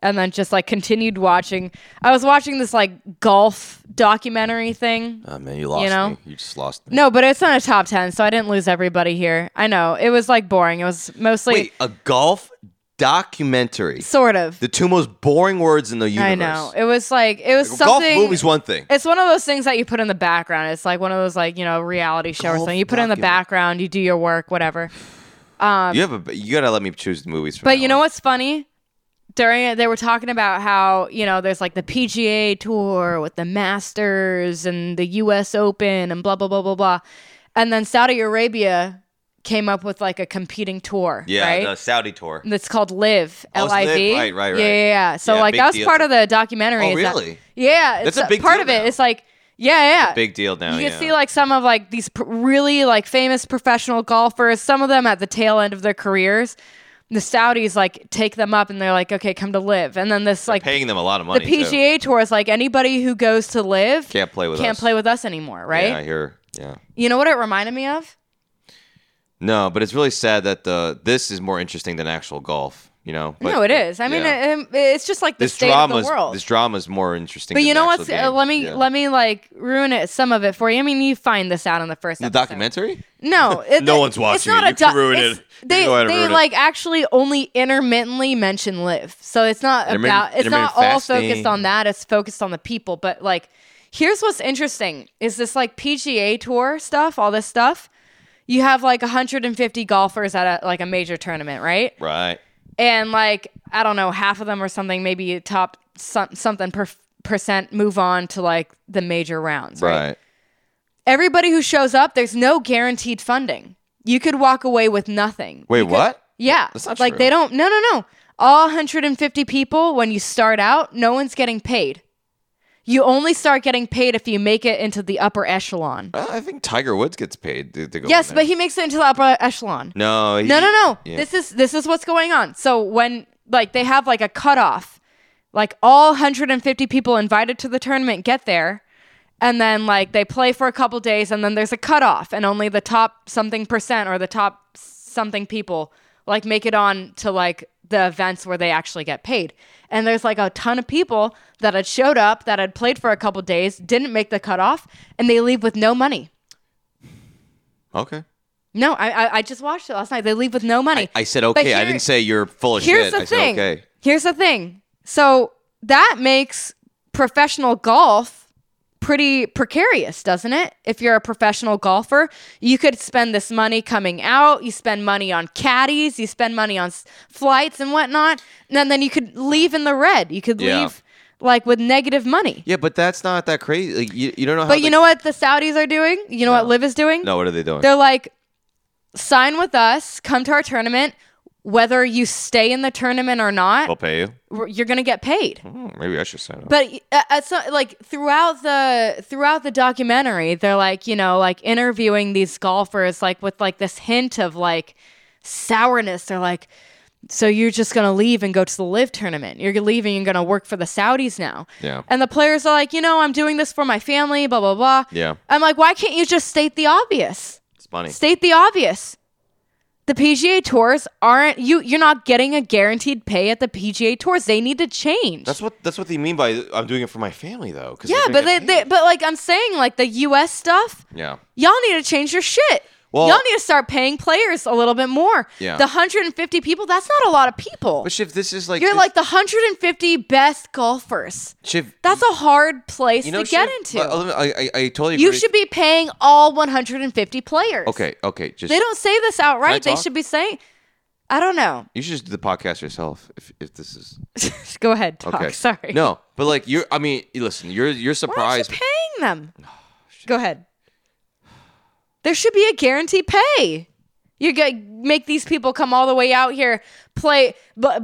and then just like continued watching. I was watching this like golf documentary thing. Oh man, you lost know? me. You just lost me. No, but it's not a top 10, so I didn't lose everybody here. I know. It was like boring. It was mostly Wait, a golf documentary. sort of. The two most boring words in the universe. I know. It was like it was golf something movies one thing. It's one of those things that you put in the background. It's like one of those like you know reality show or Golf something. You put it in the document. background. You do your work, whatever. you have a you gotta let me choose the movies. From Uh, But you know what's funny? During it, they were talking about how you know there's like the PGA Tour with the Masters and the U.S. Open and blah blah blah blah blah, and then Saudi Arabia came up with like a competing tour. Yeah, right? the Saudi tour. That's called Live. Oh, L it's I V. Live, right, right, right. Yeah, yeah, yeah. So Yeah, like big that was deal. part of the documentary. Oh, is that- really? yeah, That's it's a big part deal of it. now. It's like yeah, yeah. Big deal now. You can Oh, yeah. see like some of like these pr- really like famous professional golfers. Some of them at the tail end of their careers. The Saudis like take them up and they're like, okay, come to live. And then this like paying them a lot of the money. too. PGA tour is like anybody who goes to live Can't play with can't us. play with us anymore, right? Yeah, I hear. Yeah. You know what it reminded me of? No, but it's really sad that the this is more interesting than actual golf. You know. But, no, it is. I mean, yeah. it, um, it's just like the this state drama of the world. this drama is more interesting. but than you the know actual what's? Uh, game. let me Yeah. let me like ruin it some of it for you. I mean, you find this out in the first the episode. documentary. No, it, No one's It's watching not it. a You can doc- ruin it's- it. They, Go ahead and they ruin it. like actually only intermittently mention live, so it's not Intermittent- about. It's not intermittent all fasting. focused on that. It's focused on the people. But like, here's what's interesting: is this like PGA Tour stuff, all this stuff. You have like 150 golfers at a like a major tournament, right? Right. and like I don't know, half of them or something, maybe top some, something per, percent move on to like the major rounds. Right? Right. Everybody who shows up, there's no guaranteed funding. You could walk away with nothing. Wait, You could- what? yeah, That's not like true. they don't. No, no, no. All 150 people when you start out, no one's getting paid. You only start getting paid if you make it into the upper echelon. Uh, I think Tiger Woods gets paid to, to go. Yes, in but there. he makes it into the upper echelon. no. He, No, no, no. Yeah. This is this is what's going on. So when like they have like a cutoff, like all 150 people invited to the tournament get there, and then like they play for a couple days, and then there's a cutoff, and only the top something percent or the top something people like make it on to like the events where they actually get paid. And there's like a ton of people that had showed up that had played for a couple days, didn't make the cutoff, and they leave with no money. Okay. No, I, I I just watched it last night. They leave with no money. I said But okay. I here- didn't say you're full of Here's shit. the I thing. said okay. Here's the thing. So that makes professional golf pretty precarious, doesn't it? If you're a professional golfer, you could spend this money coming out. You spend money on caddies. You spend money on s- flights and whatnot. And then, then you could leave in the red. You could Yeah. leave like with negative money. Yeah, but that's not that crazy. Like, you, you don't know how. But they- you know what the Saudis are doing? You know what Liv is doing? No, what are they doing? They're like, sign with us, come to our tournament. Whether you stay in the tournament or not, They'll pay you. we're- you're gonna get paid. Hmm, maybe I should sign up. But uh, at some, like throughout the throughout the documentary, they're like you know like interviewing these golfers like with like this hint of like sourness. They're like, so you're just gonna leave and go to the live tournament. You're leaving and gonna work for the Saudis now. Yeah. And the players are like, you know, I'm doing this for my family. Blah blah blah. Yeah. I'm like, why can't you just state the obvious? It's funny. State the obvious. The PGA tours aren't you. You're not getting a guaranteed pay at the PGA tours. They need to change. That's what that's what they mean by I'm doing it for my family though. 'cause Yeah, they're but gonna they, get they, paid. but like I'm saying, like the U.S. stuff, yeah. y'all need to change your shit. Well- y'all need to start paying players a little bit more. Yeah. The 150 people, that's not a lot of people. But Shiv, this is like You're this- like the 150 best golfers. Shiv. That's a hard place you know, to get Shiv, into. I, I, I totally. you agree. should be paying all 150 players. Okay. Okay. Just They don't say this outright. They talk? should be saying, I don't know. You should just do the podcast yourself if if this is Go ahead, talk. okay. Sorry. No, but like you're. I mean, listen. You're you're Why aren't surprised. you paying them? Oh, Go ahead. There should be a guarantee pay. You get make these people come all the way out here, play, but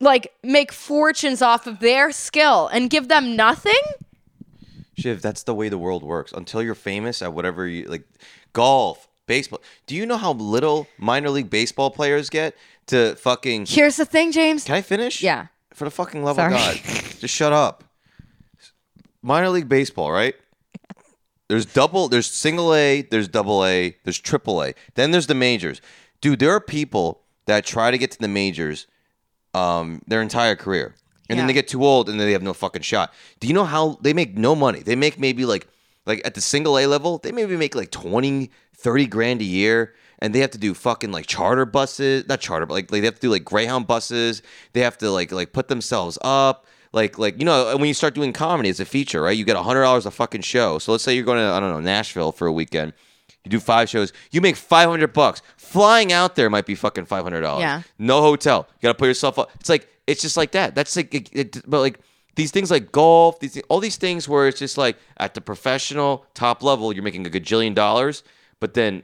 like make fortunes off of their skill and give them nothing. Shiv, that's the way the world works. Until you're famous at whatever you like, golf, baseball. Do you know how little minor league baseball players get to fucking? Here's the thing, James. Can I finish? Yeah. For the fucking love Sorry. of God, just shut up. Minor league baseball, right? There's double, there's single A, there's double A, there's triple A. Then there's the majors. Dude, there are people that try to get to the majors um, their entire career. And then Yeah. they get too old and then they have no fucking shot. Do you know how they make no money? They make maybe like like at the single A level, they maybe make like 20, 30 grand a year and they have to do fucking like charter buses, not charter, but like, like they have to do like Greyhound buses. They have to like like put themselves up. Like like you know, and when you start doing comedy it's a feature, right? You get hundred dollars a fucking show. So let's say you're going to I don't know Nashville for a weekend. You do five shows. You make five hundred bucks. Flying out there might be fucking five hundred dollars. Yeah. No hotel. You gotta put yourself up. It's like it's just like that. That's like, it, it- but like these things like golf, these all these things where it's just like at the professional top level, you're making a gajillion dollars, but then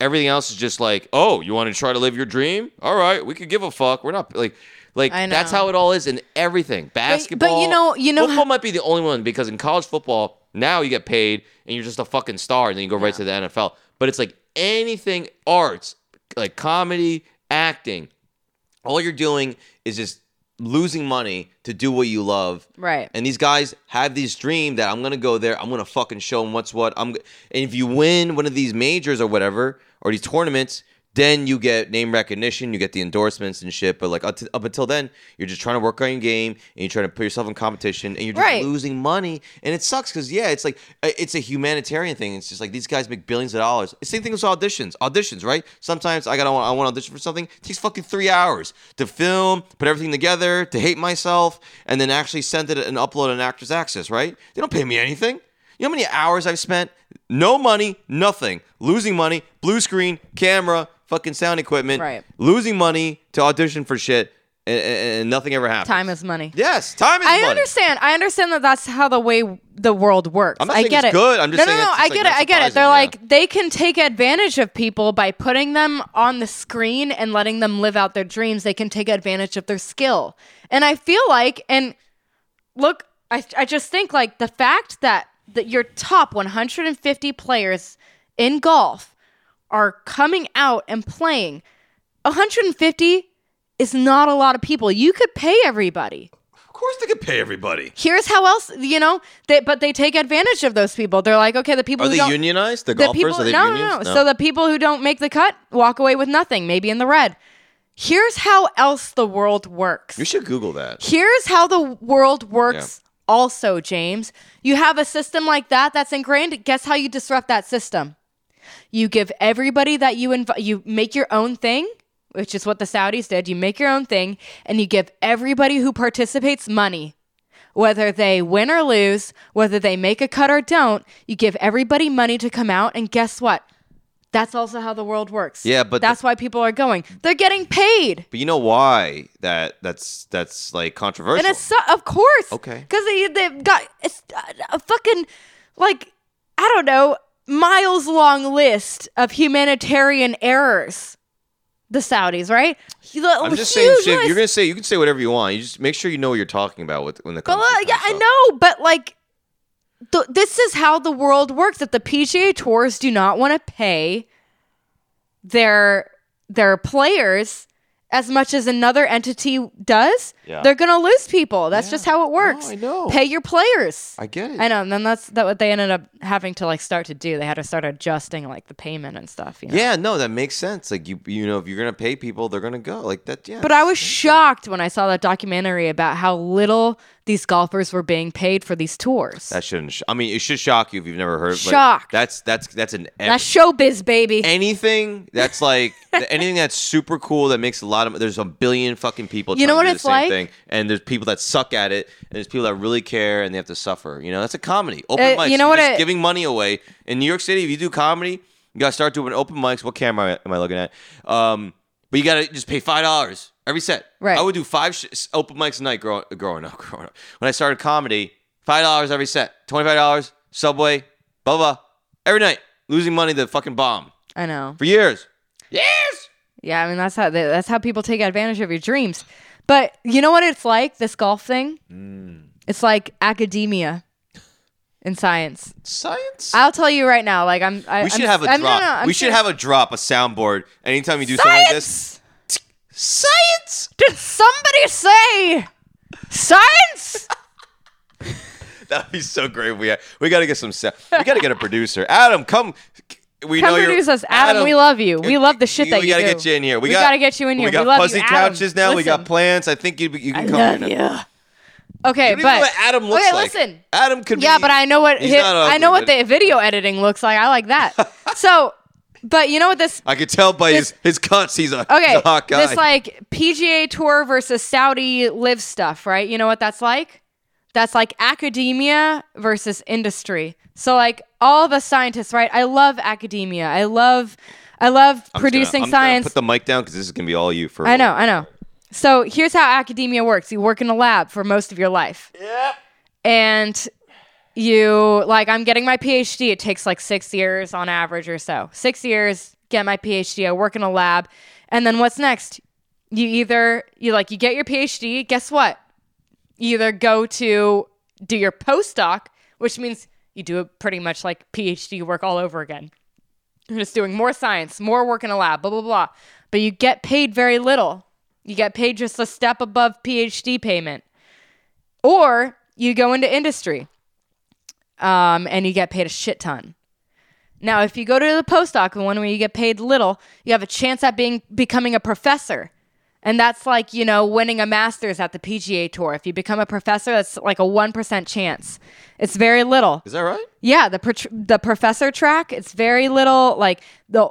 everything else is just like, oh, you want to try to live your dream? All right, we could give a fuck. We're not like. Like I that's know. how it all is in everything. Basketball, know- you know football how- might be the only one because in college football now you get paid and you're just a fucking star and then you go right to the NFL. But it's like anything arts, like comedy, acting, all you're doing is just losing money to do what you love. Right. And these guys have this dream that I'm gonna go there. I'm gonna fucking show them what's what. I'm. g- And if you win one of these majors or whatever or these tournaments, then you get name recognition, you get the endorsements and shit. But like up, to- up until then, you're just trying to work on your game and you're trying to put yourself in competition and you're just Right. losing money. And it sucks because yeah, it's like uh, it's a humanitarian thing. It's just like these guys make billions of dollars. Same thing with auditions. Auditions, right? Sometimes I gotta I want to audition for something. It takes fucking three hours to film, put everything together, to hate myself, and then actually send it and upload an Actors Access, right? They don't pay me anything. You know how many hours I've spent? No money, nothing. Losing money, blue screen, camera, fucking sound equipment. Right. Losing money to audition for shit, and, and, and nothing ever happens. Time is money. Yes, time is I money. understand. I understand that that's how the way the world works. I'm not I saying get it's it. good. I'm just no, saying no, no. it's just, I like, get not it. I get it. surprising, They're yeah. like they can take advantage of people by putting them on the screen and letting them live out their dreams. They can take advantage of their skill, and I feel like and look, I I just think like the fact that that your top 150 players in golf are coming out and playing 150 is not a lot of people. You could pay everybody Of course, they could pay everybody. here's how else you know they but they take advantage of those people they're like okay the people Are who they don't, unionized? The, the golfers? people Are they no, no, unions? no so the people who don't make the cut walk away with nothing maybe in the red here's how else the world works you should Google that. here's how the world works also james you have a system like that that's ingrained guess how you disrupt that system you give everybody that you invite you make your own thing which is what the saudis did you make your own thing and you give everybody who participates money whether they win or lose whether they make a cut or don't you give everybody money to come out and guess what That's also how the world works. Yeah, but the- that's why people are going. They're getting paid. But you know why that that's that's like controversial. And it's so, of course. Okay. Because they, they've got it's uh, a fucking, like, I don't know, miles long list of humanitarian errors. The Saudis, right? I'm just saying, Shiv, you're gonna say you can say whatever you want. You just make sure you know what you're talking about with when the But uh, yeah, I know, but like, th- this is how the world works. If the PGA tours do not want to pay their their players as much as another entity does, Yeah. they're gonna lose people. That's just how it works. I know. Pay your players. I get it. I know, and then that's that what they ended up having to like start to do. They had to start adjusting like the payment and stuff. You know? Yeah, no, that makes sense. Like you, you know, if you're gonna pay people, they're gonna go. Like that. Yeah. But I was shocked when I saw that documentary about how little these golfers were being paid for these tours. that shouldn't. Sh- I mean, it should shock you if you've never heard. Like, Shocked. That's that's that's an. ev- That's showbiz, baby. anything that's like anything that's super cool that makes a lot of there's a billion fucking people You trying know to what do the it's same like? thing and there's people that suck at it and there's people that really care and they have to suffer you know that's a comedy open Uh, mics you know You're what just it- giving money away in new york city if you do comedy you gotta start doing open mics what camera am i looking at um but you gotta just pay five dollars every set Right. i would do five sh- open mics a night growing, growing up growing up when i started comedy five dollars every set twenty five dollars subway blah blah every night losing money to fucking bomb I know. for years. Years. Yeah, I mean that's how that's how people take advantage of your dreams. But you know what it's like this golf thing? Mm. It's like academia in science. Science. I'll tell you right now. Like I'm. I, we should I'm, have a I'm- no, drop. no, I'm we should serious. have a drop, a soundboard. Anytime you do something like this, science. science. Did somebody say science? That'd be so great. If we had, we got to get some. sa- We got to get a producer. Adam, come. We Come know produce you're, us, Adam, We love you. We love the shit we that you gotta do. get you in here. We, We got, gotta get you in here. We got We love you, fuzzy Adam. couches now. We got Listen. plants. I think you you can come. in. Yeah. Okay, I don't even but know what Adam looks okay, like. listen. Adam could. Yeah, be, but I know what he's hit, not ugly, I know what but the video editing looks like. I like that. so, but you know what this I could tell by this- his his cuts. He's a okay He's a hot guy. this like PGA Tour versus Saudi live stuff, right? You know what that's like? That's like academia versus industry. So like all of us scientists, right? I love academia. I love I love I'm just gonna- producing I'm just gonna science. Put the mic down because this is gonna be all you for. I know, I know. So here's how academia works. You work in a lab for most of your life. Yep. And you like I'm getting my PhD. It takes like six years on average or so. Six years, get my PhD, I work in a lab. And then what's next? You either you like you get your PhD, guess what? You either go to do your postdoc, which means you do it pretty much like PhD work all over again. You're just doing more science, more work in a lab, blah, blah, blah. But you get paid very little. You get paid just a step above PhD payment. Or you go into industry um, and you get paid a shit ton. Now, if you go to the postdoc, the one where you get paid little, you have a chance at being becoming a professor. And that's like, you know, winning a master's at the PGA Tour. If you become a professor, that's like a 1% chance. It's very little. Is that right? Yeah, the pro- the professor track. It's very little. Like the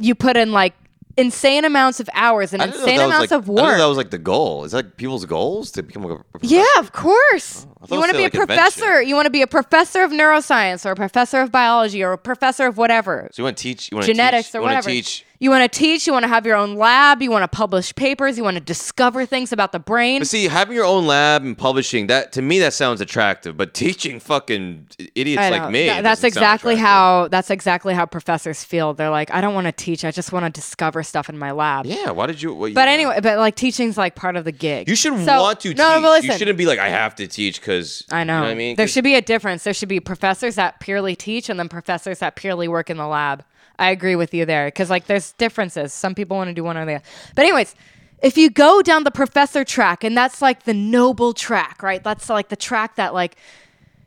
you put in like insane amounts of hours and I didn't know insane that was, amounts like- of I didn't know work. that was like the goal. Is that people's goals to become a professor? yeah, of course. Oh, thought you it want to said, be like, a invention. professor. You want to be a professor of neuroscience or a professor of biology or a professor of whatever. So you want to teach? You want Genetics teach, or you whatever. Want to teach? You want to teach. You want to have your own lab. You want to publish papers. You want to discover things about the brain. But see, having your own lab and publishing that to me that sounds attractive. But teaching fucking idiots I know. like me. Tha- it that's doesn't sound exactly attractive. how. That's exactly how professors feel. They're like, I don't want to teach. I just want to discover stuff in my lab. Yeah. Why did you? Well, But yeah. anyway, but like teaching's like part of the gig. you should So- want to. No, teach. but listen. You shouldn't be like I have to teach because I know. You what I mean, there 'Cause should be a difference. There should be professors that purely teach and then professors that purely work in the lab. I agree with you there because like there's differences. Some people want to do one or the other. But anyways, if you go down the professor track and that's like the noble track, right? That's like the track that like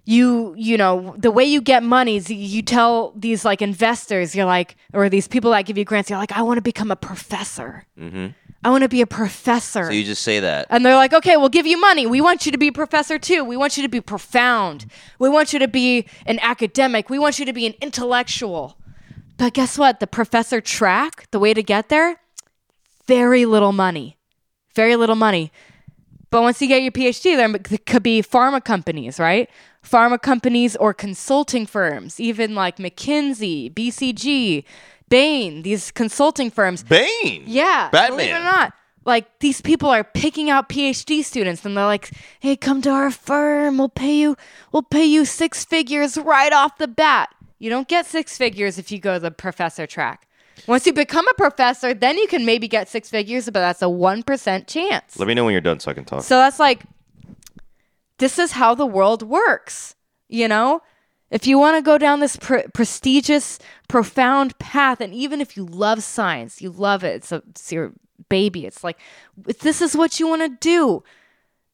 you you know the way you get money is you tell these like investors you're like or these people that give you grants you're like I want to become a professor. Mm-hmm. I want to be a professor. you just say that. And they're like, okay, we'll give you money. We want you to be a professor too. We want you to be profound. We want you to be an academic. We want you to be an intellectual. But guess what? The professor track, the way to get there, very little money. Very little money. But once you get your PhD, there m- could be pharma companies, right? Pharma companies or consulting firms, even like McKinsey, BCG, Bain, these consulting firms. Bane. Yeah. Believe it Batman. or not. Like these people are picking out PhD students and they're like, "Hey, come to our firm. We'll pay you we'll pay you six figures right off the bat." You don't get six figures if you go the professor track. Once you become a professor, then you can maybe get six figures, but that's a 1% chance. Let me know when you're done so I can talk. So that's like, this is how the world works. You know, if you want to go down this pre- prestigious, profound path, and even if you love science, you love it, it's, a, it's your baby, it's like, if this is what you want to do.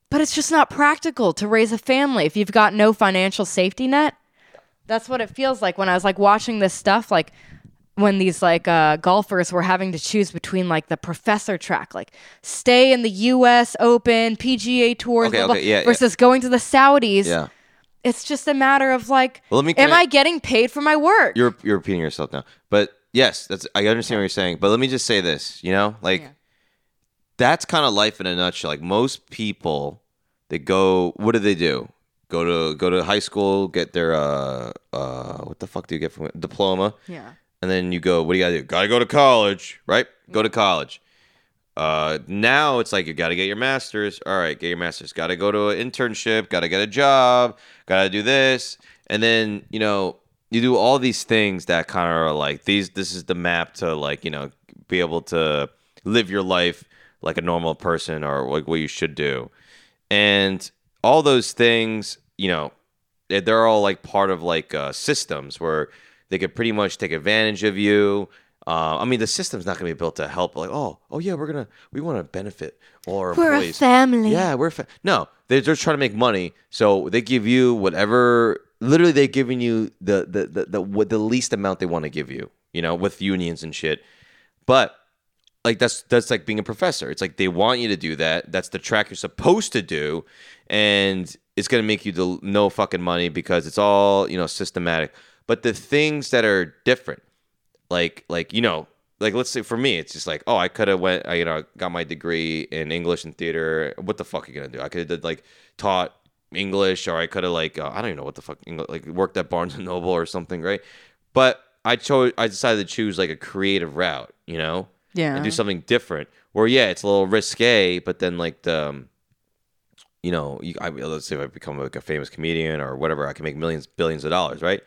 But it's just not practical to raise a family if you've got no financial safety net. That's what it feels like when I was like watching this stuff, like when these like uh, golfers were having to choose between like the professor track, like stay in the U.S. Open, PGA Tour, Okay, blah, blah, okay, yeah, yeah. versus going to the Saudis. yeah. It's just a matter of like, Well, let me am connect- I getting paid for my work? You're you're repeating yourself now. But yes, that's I understand what you're saying. But let me just say this, you know? Like that's kind of life in a nutshell. Like most people that go what do they do? Go to go to high school, get their uh uh what the fuck do you get from it? Diploma. yeah. and then you go, what do you gotta do? Gotta go to college, right? Go to college. Uh, now it's like you gotta get your master's. All right, get your master's. Gotta go to an internship. Gotta get a job. Gotta do this, and then you know you do all these things that kind of are like these. This is the map to like you know be able to live your life like a normal person or like what you should do, and all those things you know they- they're all like part of like uh, systems where they could pretty much take advantage of you. Uh, I mean, the system's not going to be built to help. Like, oh, oh yeah, we're gonna we want to benefit all our We're a employees. family. Yeah, we're fa- no, they're just trying to make money, so they give you whatever. Literally, they're giving you the the the the, what the least amount they want to give you. You know, with unions and shit. But like that's that's like being a professor. It's like they want you to do that. That's the track you're supposed to do, and it's gonna make you the no fucking money because it's all you know systematic. But the things that are different, like like you know, like let's say for me, it's just like oh I could have went I, you know got my degree in English and theater. What the fuck are you gonna do? I could have did like taught English or I could have like uh, I don't even know what the fuck English, like worked at Barnes and Noble or something, right? But I chose I decided to choose like a creative route, you know Yeah. and do something different. Where yeah, it's a little risque, but then like the, um, you know, you, I, let's say if I become like a famous comedian or whatever, I can make millions, billions of dollars, right?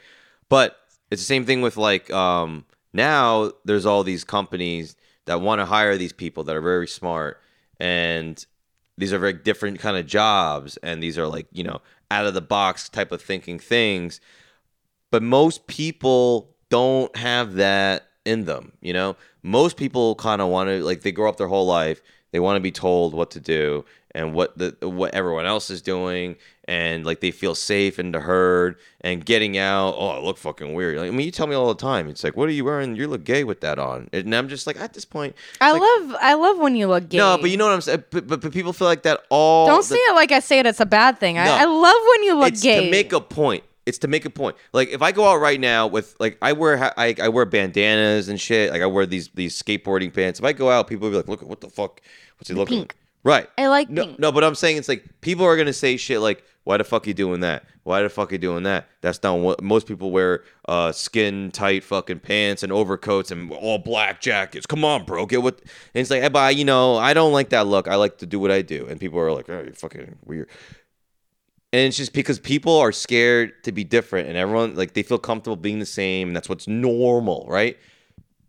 But it's the same thing with like um, now. There's all these companies that want to hire these people that are very smart, and these are very different kind of jobs, and these are like you know out of the box type of thinking things but most people don't have that in them you know most people kind of want to like they grow up their whole life they want to be told what to do and what the what everyone else is doing and like they feel safe in the herd and getting out oh i look fucking weird like, i mean you tell me all the time it's like what are you wearing you look gay with that on and i'm just like at this point I like- love I love when you look gay. no but you know what i'm saying but, but, but people feel like that all don't the say it like I say it. It's a bad thing. No. I, I love when you look it's gay. to make a point. It's to make a point. Like if I go out right now with like I wear ha- I, I wear bandanas and shit. Like I wear these these skateboarding pants. If I go out, people will be like, "Look at what the fuck? What's he looking?" pink. Right. I like no, pink. No, but I'm saying it's like people are gonna say shit like, "Why the fuck you doing that? Why the fuck you doing that?" That's not what most people wear. Uh, skin tight fucking pants and overcoats and all black jackets. Come on, bro, get what? And it's like, hey, but I- you know, I don't like that look. I like to do what I do. And people are like, "Oh, you're fucking weird." And it's just because people are scared to be different, and everyone like they feel comfortable being the same, and that's what's normal, right?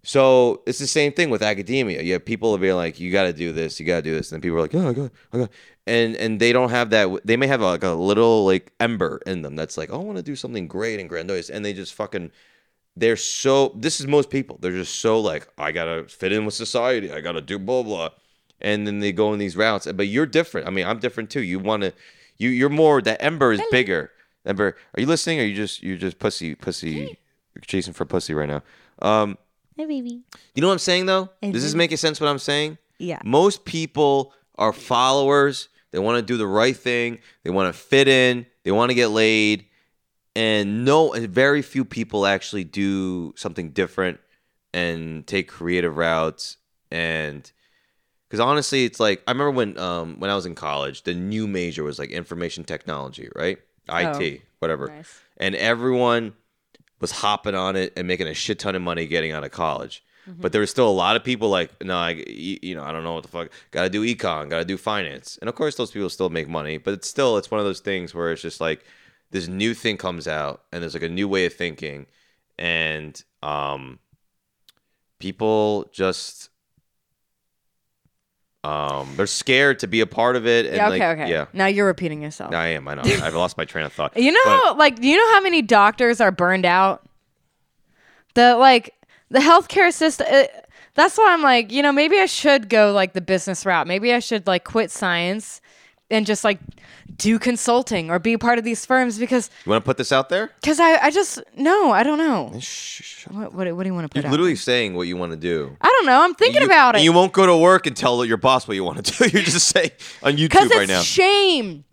So it's the same thing with academia. You have people being like, "You got to do this, you got to do this," and then people are like, "Oh, I got, I got," and and they don't have that. They may have like a little like ember in them that's like, "I want to do something great and grandiose," and they just fucking. They're so. This is most people. They're just so like, I gotta fit in with society. I gotta do blah blah, and then they go in these routes. But you're different. I mean, I'm different too. You want to, you you're more. That ember is bigger. Ember, are you listening? Or are you just you're just pussy pussy, chasing for pussy right now? Um. Hey, baby. You know what I'm saying though? Does this make sense what I'm saying? Yeah. Most people are followers. They want to do the right thing. They want to fit in. They want to get laid. And no and very few people actually do something different and take creative routes and because honestly it's like I remember when um when I was in college, the new major was like information technology, right? IT, whatever. Nice. And everyone was hopping on it and making a shit ton of money getting out of college. Mm-hmm. But there was still a lot of people like, no, I, e- you know, I don't know what the fuck. Got to do econ, got to do finance, and of course those people still make money. But it's still, it's one of those things where it's just like this new thing comes out, and there's like a new way of thinking, and um, people just um, they're scared to be a part of it. And Yeah, okay, like, okay. yeah. Now you're repeating yourself. I am. I know. I've lost my train of thought. You know, But- how, like, do you know how many doctors are burned out? The like the healthcare system. It, that's why I'm like, you know, maybe I should go like the business route. Maybe I should like quit science and just like do consulting or be part of these firms because you want to put this out there? because I I just no, I don't know. What what, what do you want to put You're out? literally saying what you want to do. I don't know. I'm thinking You- about it. You won't go to work and tell your boss what you want to do. You're just saying on YouTube Because it's right now. shame.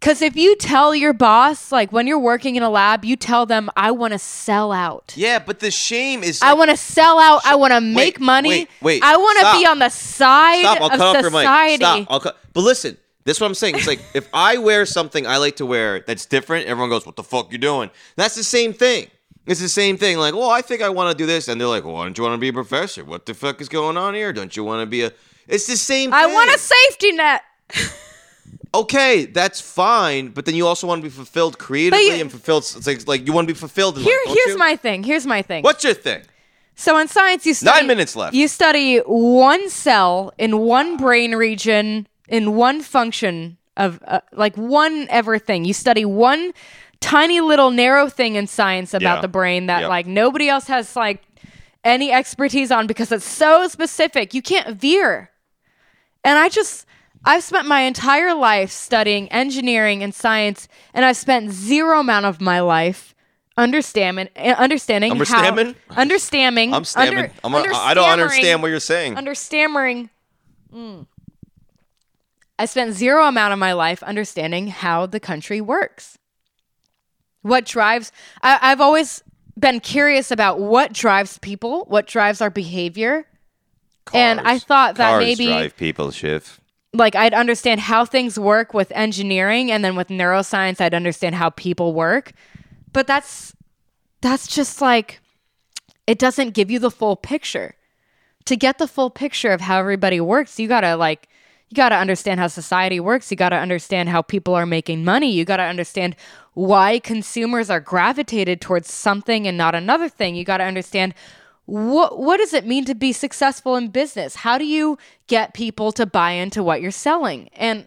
Because if you tell your boss, like when you're working in a lab, you tell them, I want to sell out. yeah, but the shame is. I want to sell out. I want to make money. wait, wait, I want stop. to be on the side stop. I'll of cut off your society. mic. Stop. I'll cut. But listen, this is what I'm saying. It's like if I wear something I like to wear that's different, everyone goes, "What the fuck you doing?" That's the same thing. It's the same thing. Like, well, I think I want to do this, and they're like, "Why don't you want to be a professor? What the fuck is going on here? Don't you want to be a?" It's the same. I thing. want a safety net. okay, that's fine, but then you also want to be fulfilled creatively you- and fulfilled. It's like, like you want to be fulfilled. In Here, life, don't here's you? my thing. Here's my thing. What's your thing? So in science, you study Nine minutes left. You study one cell in one brain region in one function of uh, like one ever thing. You study one tiny little narrow thing in science about Yeah. the brain that Yep. like nobody else has like any expertise on because it's so specific. You can't veer. And I just I've spent my entire life studying engineering and science, and I've spent zero amount of my life understanding understanding Understamming? how understanding I'm stamming. under- I'm a, under I don't understand stammering- what you're saying. under stammering. Mm. I spent zero amount of my life understanding how the country works. What drives? I, I've always been curious about what drives people, what drives our behavior, and I Cars. thought that Cars maybe drive people shift. like I'd understand how things work with engineering and then with neuroscience I'd understand how people work. But that's that's just like it doesn't give you the full picture. To get the full picture of how everybody works, you got to like you got to understand how society works, you got to understand how people are making money, you got to understand why consumers are gravitated towards something and not another thing. You got to understand what what does it mean to be successful in business? How do you get people to buy into what you're selling? And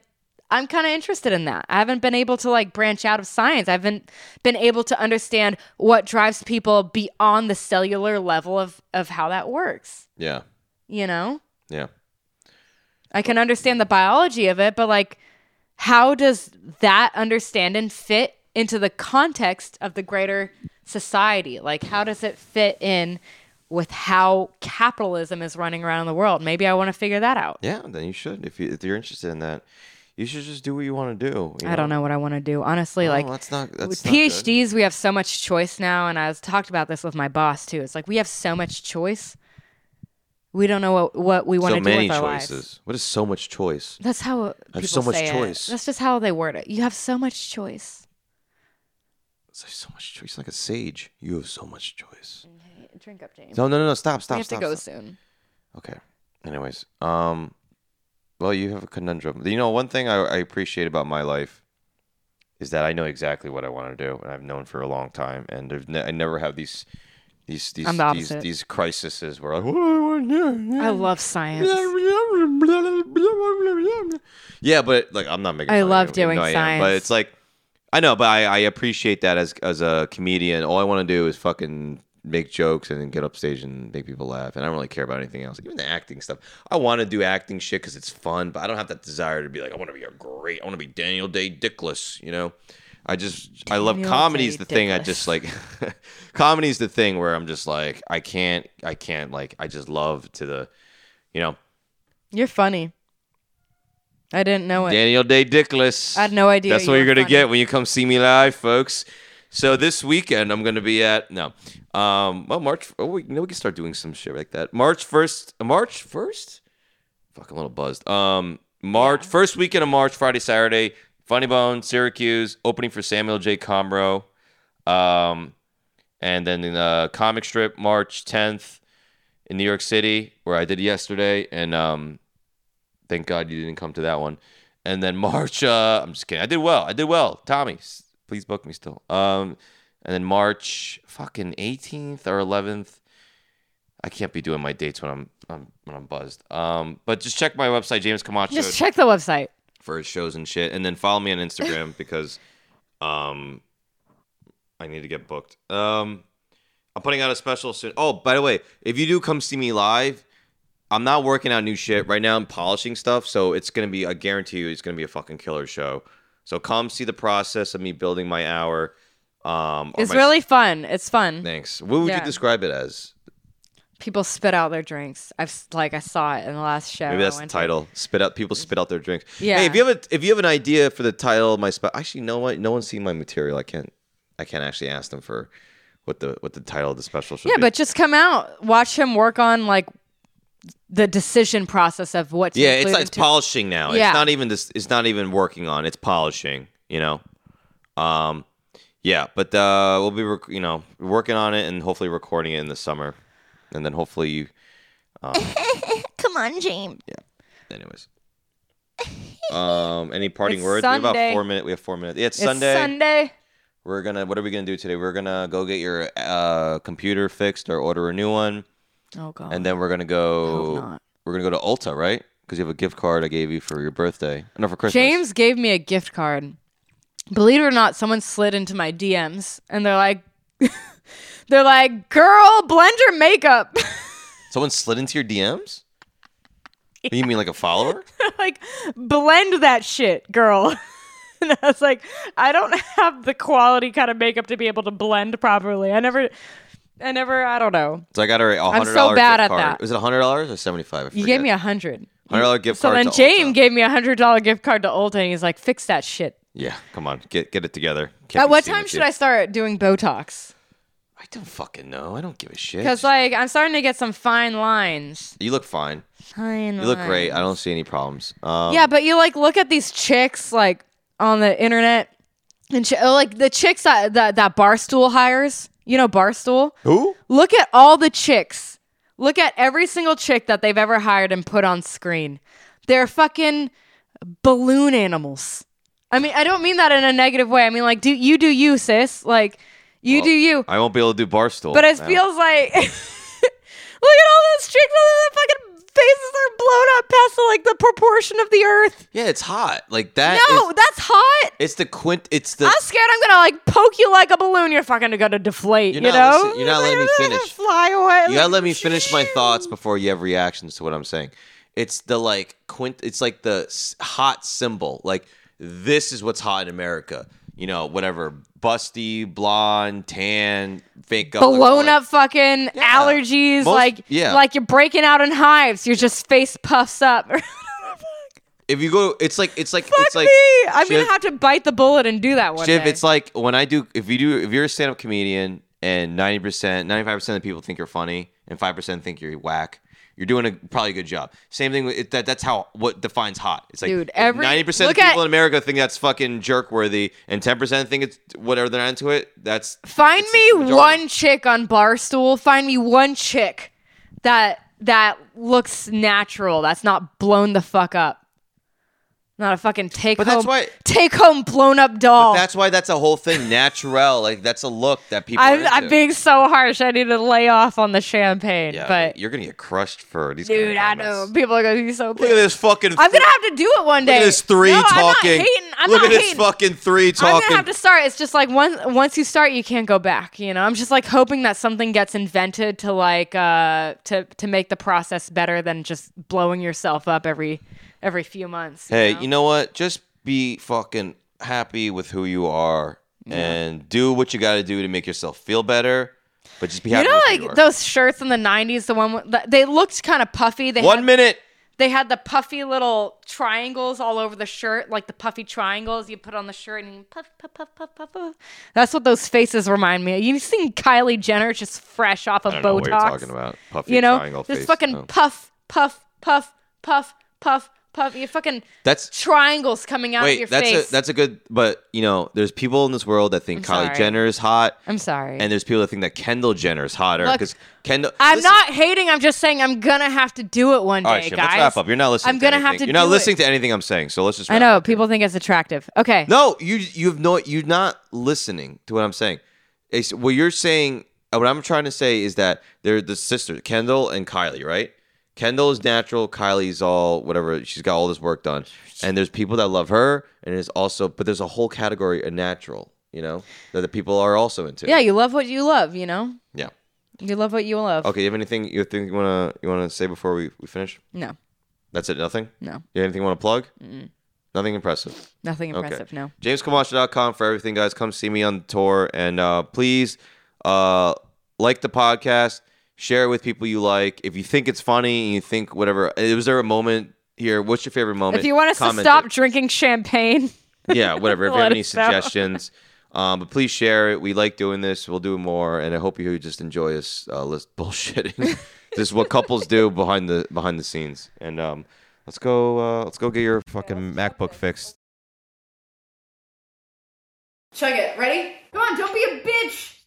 I'm kind of interested in that. I haven't been able to like branch out of science. I haven't been able to understand what drives people beyond the cellular level of of how that works, Yeah, you know? yeah. I can understand the biology of it, but like how does that understanding fit into the context of the greater society? Like how does it fit in with how capitalism is running around the world? Maybe I want to figure that out. Yeah, then you should. If, you, if you're interested in that, you should just do what you want to do. you I don't know what I want to do. Honestly, No, like that's not- that's with not good. PhDs, we have so much choice now, and I was talked about this with my boss too. It's like we have so much choice. We don't know what, what we want So to do many with our choices. lives. What is so much choice? That's how I have so much choice. That's just how they word it. You have so much choice. It's like so much choice. Like a sage, you have so much choice. Drink up, James. No, no, no, no. Stop, we stop, have stop. to go stop. soon. Okay. Anyways, um, well, you have a conundrum. You know, one thing I, I appreciate about my life is that I know exactly what I want to do, and I've known for a long time, and there's ne- I never have these. These these I'm the these, opposite. these crises where like, what do I want to do? I love science. Yeah, but like I'm not making. I fun of love you. doing I am, but science. it's like I know, but I, I appreciate that as as a comedian. All I want to do is fucking make jokes and then get up stage and make people laugh, and I don't really care about anything else. Even the acting stuff, I want to do acting shit because it's fun, but I don't have that desire to be like I want to be a great, I want to be Daniel Day Dickless, you know. I just I love Daniel comedy's Day the thing I Dickless. just like comedy's the thing where I'm just like I can't I can't like I just love to the you know You're funny. I didn't know it. Daniel Day Dickless. I had no idea That's you what you're were gonna funny. get when you come see me live, folks. So this weekend I'm gonna be at no, um, well March. Oh, we, you know we can start doing some shit like that. March first, March first. Fuck, I'm a little buzzed. Um, March first weekend of March, Friday, Saturday. Funny Bone, Syracuse, opening for Samuel J. Comro. Um, and then uh, comic strip March 10th in New York City, where I did yesterday, and um, thank God you didn't come to that one. And then March, uh, I'm just kidding. I did well. I did well. Tommy, s- please book me still. Um, and then March fucking 18th or 11th. I can't be doing my dates when I'm, I'm when I'm buzzed. Um, but just check my website, James Camacho Just check the website. for his shows and shit. And then follow me on Instagram because um I need to get booked. Um I'm putting out a special soon. Oh, by the way, if you do come see me live, I'm not working out new shit. Right now I'm polishing stuff, so it's gonna be I guarantee you it's gonna be a fucking killer show. So come see the process of me building my hour. Um or It's my- really fun. It's fun. thanks. What would Yeah. you describe it as? People spit out their drinks. I've s- like I saw it in the last show. Maybe that's I the went title. Spit out people spit out their drinks. Yeah. Hey, if you have a if you have an idea for the title of my spot, actually, you know what? No one's seen my material. I can't I can't actually ask them for what the what the title of the special should To. Yeah, be. but just come out, watch him work on like the decision process of what. To yeah, it's include it's into- polishing now. Yeah. It's not even this. It's not even working on. It's polishing. You know. Um. Yeah, but uh, we'll be rec- you know working on it and hopefully recording it in the summer, and then hopefully you. Come on, James. Anyways. Um. Any parting It's words? We have about Sunday. four minutes. We have four minutes. Yeah, it's, It's Sunday. We're gonna. What are we gonna do today? We're gonna go get your uh, computer fixed or order a new one, Oh god. and then we're gonna go. not. We're gonna go to Ulta, right? Because you have a gift card I gave you for your birthday. No, for Christmas. James gave me a gift card. Believe it or not, someone slid into my DMs and they're like, they're like, girl, blend your makeup. Someone slid into your DMs. You mean like a follower? like, blend that shit, girl. and I was like, I don't have the quality kind of makeup to be able to blend properly. I never, I never, I don't know. So I got her a I'm hundred so dollar bad gift at card. that. Was it hundred dollars or seventy five? You gave me a hundred. hundred dollar gift So card. then to James Ulta. gave me a hundred dollar gift card to Ulta and he's like, fix that shit. Yeah, come on, get get it together. Can't At be what seen time with should you. I start doing Botox? I don't fucking know. I don't give a shit. Because like I'm starting to get some fine lines. you look fine. Fine. You look great. I don't see any problems. Um, Yeah, but you like look at these chicks like on the internet and ch- oh, like the chicks that, that that barstool hires. You know barstool. Who? Look at all the chicks. Look at every single chick that they've ever hired and put on screen. They're fucking balloon animals. I mean, I don't mean that in a negative way. I mean like do you do you sis? Like you do you. I won't be able to do barstool. But it now. feels like look at all those chicks. Their fucking faces are blown up past like the proportion of the earth. Yeah, it's hot. Like that. No, is- that's hot. it's the quint. It's the. I'm scared I'm gonna like poke you like a balloon. You're fucking gonna deflate. You're you not know? listen- you're not letting me finish. Fly away. you gotta let me finish my thoughts before you have reactions to what I'm saying. It's the like quint. It's like the s- hot symbol. Like this is what's hot in America. You know, whatever. Busty, blonde, tan, fake. up- Blown like- up fucking Yeah. allergies, Most- like yeah. like you're breaking out in hives. Your just face puffs up. Fuck If you go, it's like it's like it's like. me! I'm Shiv- gonna have to bite the bullet and do that one Shiv, day. it's like when I do. If you do, if you're a stand-up comedian and ninety percent, ninety-five percent of the people think you're funny, and five percent think you're whack. You're doing a probably a good job. Same thing with it, that. That's how what defines hot. It's like Dude, every- ninety percent of look people at- in America think that's fucking jerk worthy, and ten percent think it's whatever they're not into it. That's Find it's me the majority. one chick on Barstool. Find me one chick that that looks natural. That's not blown the fuck up. Not a fucking take But home. that's why- take home blown up doll. That's why that's a whole thing. Natural, like that's a look that people. are I'm, into. I'm being so harsh. I need to lay off on the champagne. Yeah, but you're gonna get crushed for these. dude, I kind of know comments. people are gonna be so. Look at this fucking. I'm gonna have to do it one day. Look at this three No, talking. I'm not hating. I'm Look not at this hating. fucking three talking. I'm gonna have to start. It's just like once once you start, you can't go back. You know, I'm just like hoping that something gets invented to like uh to to make the process better than just blowing yourself up every every few months. you Hey, know? you know what? Just be fucking happy with who you are and do what you got to do to make yourself feel better. But just be You happy. know, with who like you are. those shirts in the '90s, the one with- they looked kind of puffy. They one had, minute. they had the puffy little triangles all over the shirt, like the puffy triangles you put on the shirt and you puff, puff, puff, puff, puff, puff. That's what those faces remind me. of. You've seen Kylie Jenner just fresh off of I don't know Botox. what you're talking about. Puffy you know, triangle just face. fucking Oh. puff, puff, puff, puff, puff, puff, your fucking That's triangles coming out of your wait. That's face. a that's a good. But you know, there's people in this world that think I'm Kylie sorry. Jenner is hot, I'm sorry. and there's people that think that Kendall Jenner is hotter Look, because Kendall. I'm Listen- not hating. I'm just saying I'm gonna have to do it one day, All right, Shiv, guys. let's wrap up. You're not listening. I'm gonna to have anything. to You're not do listening it. to anything I'm saying. So let's just. I wrap know up. people think it's attractive. Okay. No, you you've no you're not listening to what I'm saying. It's, what you're saying, uh, what I'm trying to say is that they're the sister, Kendall and Kylie, right? Kendall is natural, Kylie's all whatever. She's got all this work done, and there's people that love her, and it's also, but there's a whole category of natural, you know, that the people are also into. Yeah, you love what you love. You know, Yeah. you love what you love. Okay. You have anything you think you wanna you wanna say before we, we finish? No, That's it. Nothing. no, You have anything you wanna plug? Nothing impressive. nothing impressive. No. JamesCamacho.com for everything, guys. Come see me on the tour. And uh, please uh, like the podcast, share it with people you like. If you think it's funny and you think whatever, uh, was there a moment here? What's your favorite moment? If you want us to Comment stop it. drinking champagne, Yeah, whatever. If you let have any us know. suggestions, um, but please share it. We like doing this. We'll do more. And I hope you just enjoy us uh, list bullshitting. this is what couples do behind the behind the scenes. And um, let's go. Uh, let's go get your fucking MacBook fixed. chug it. Ready? Come on, don't be a bitch.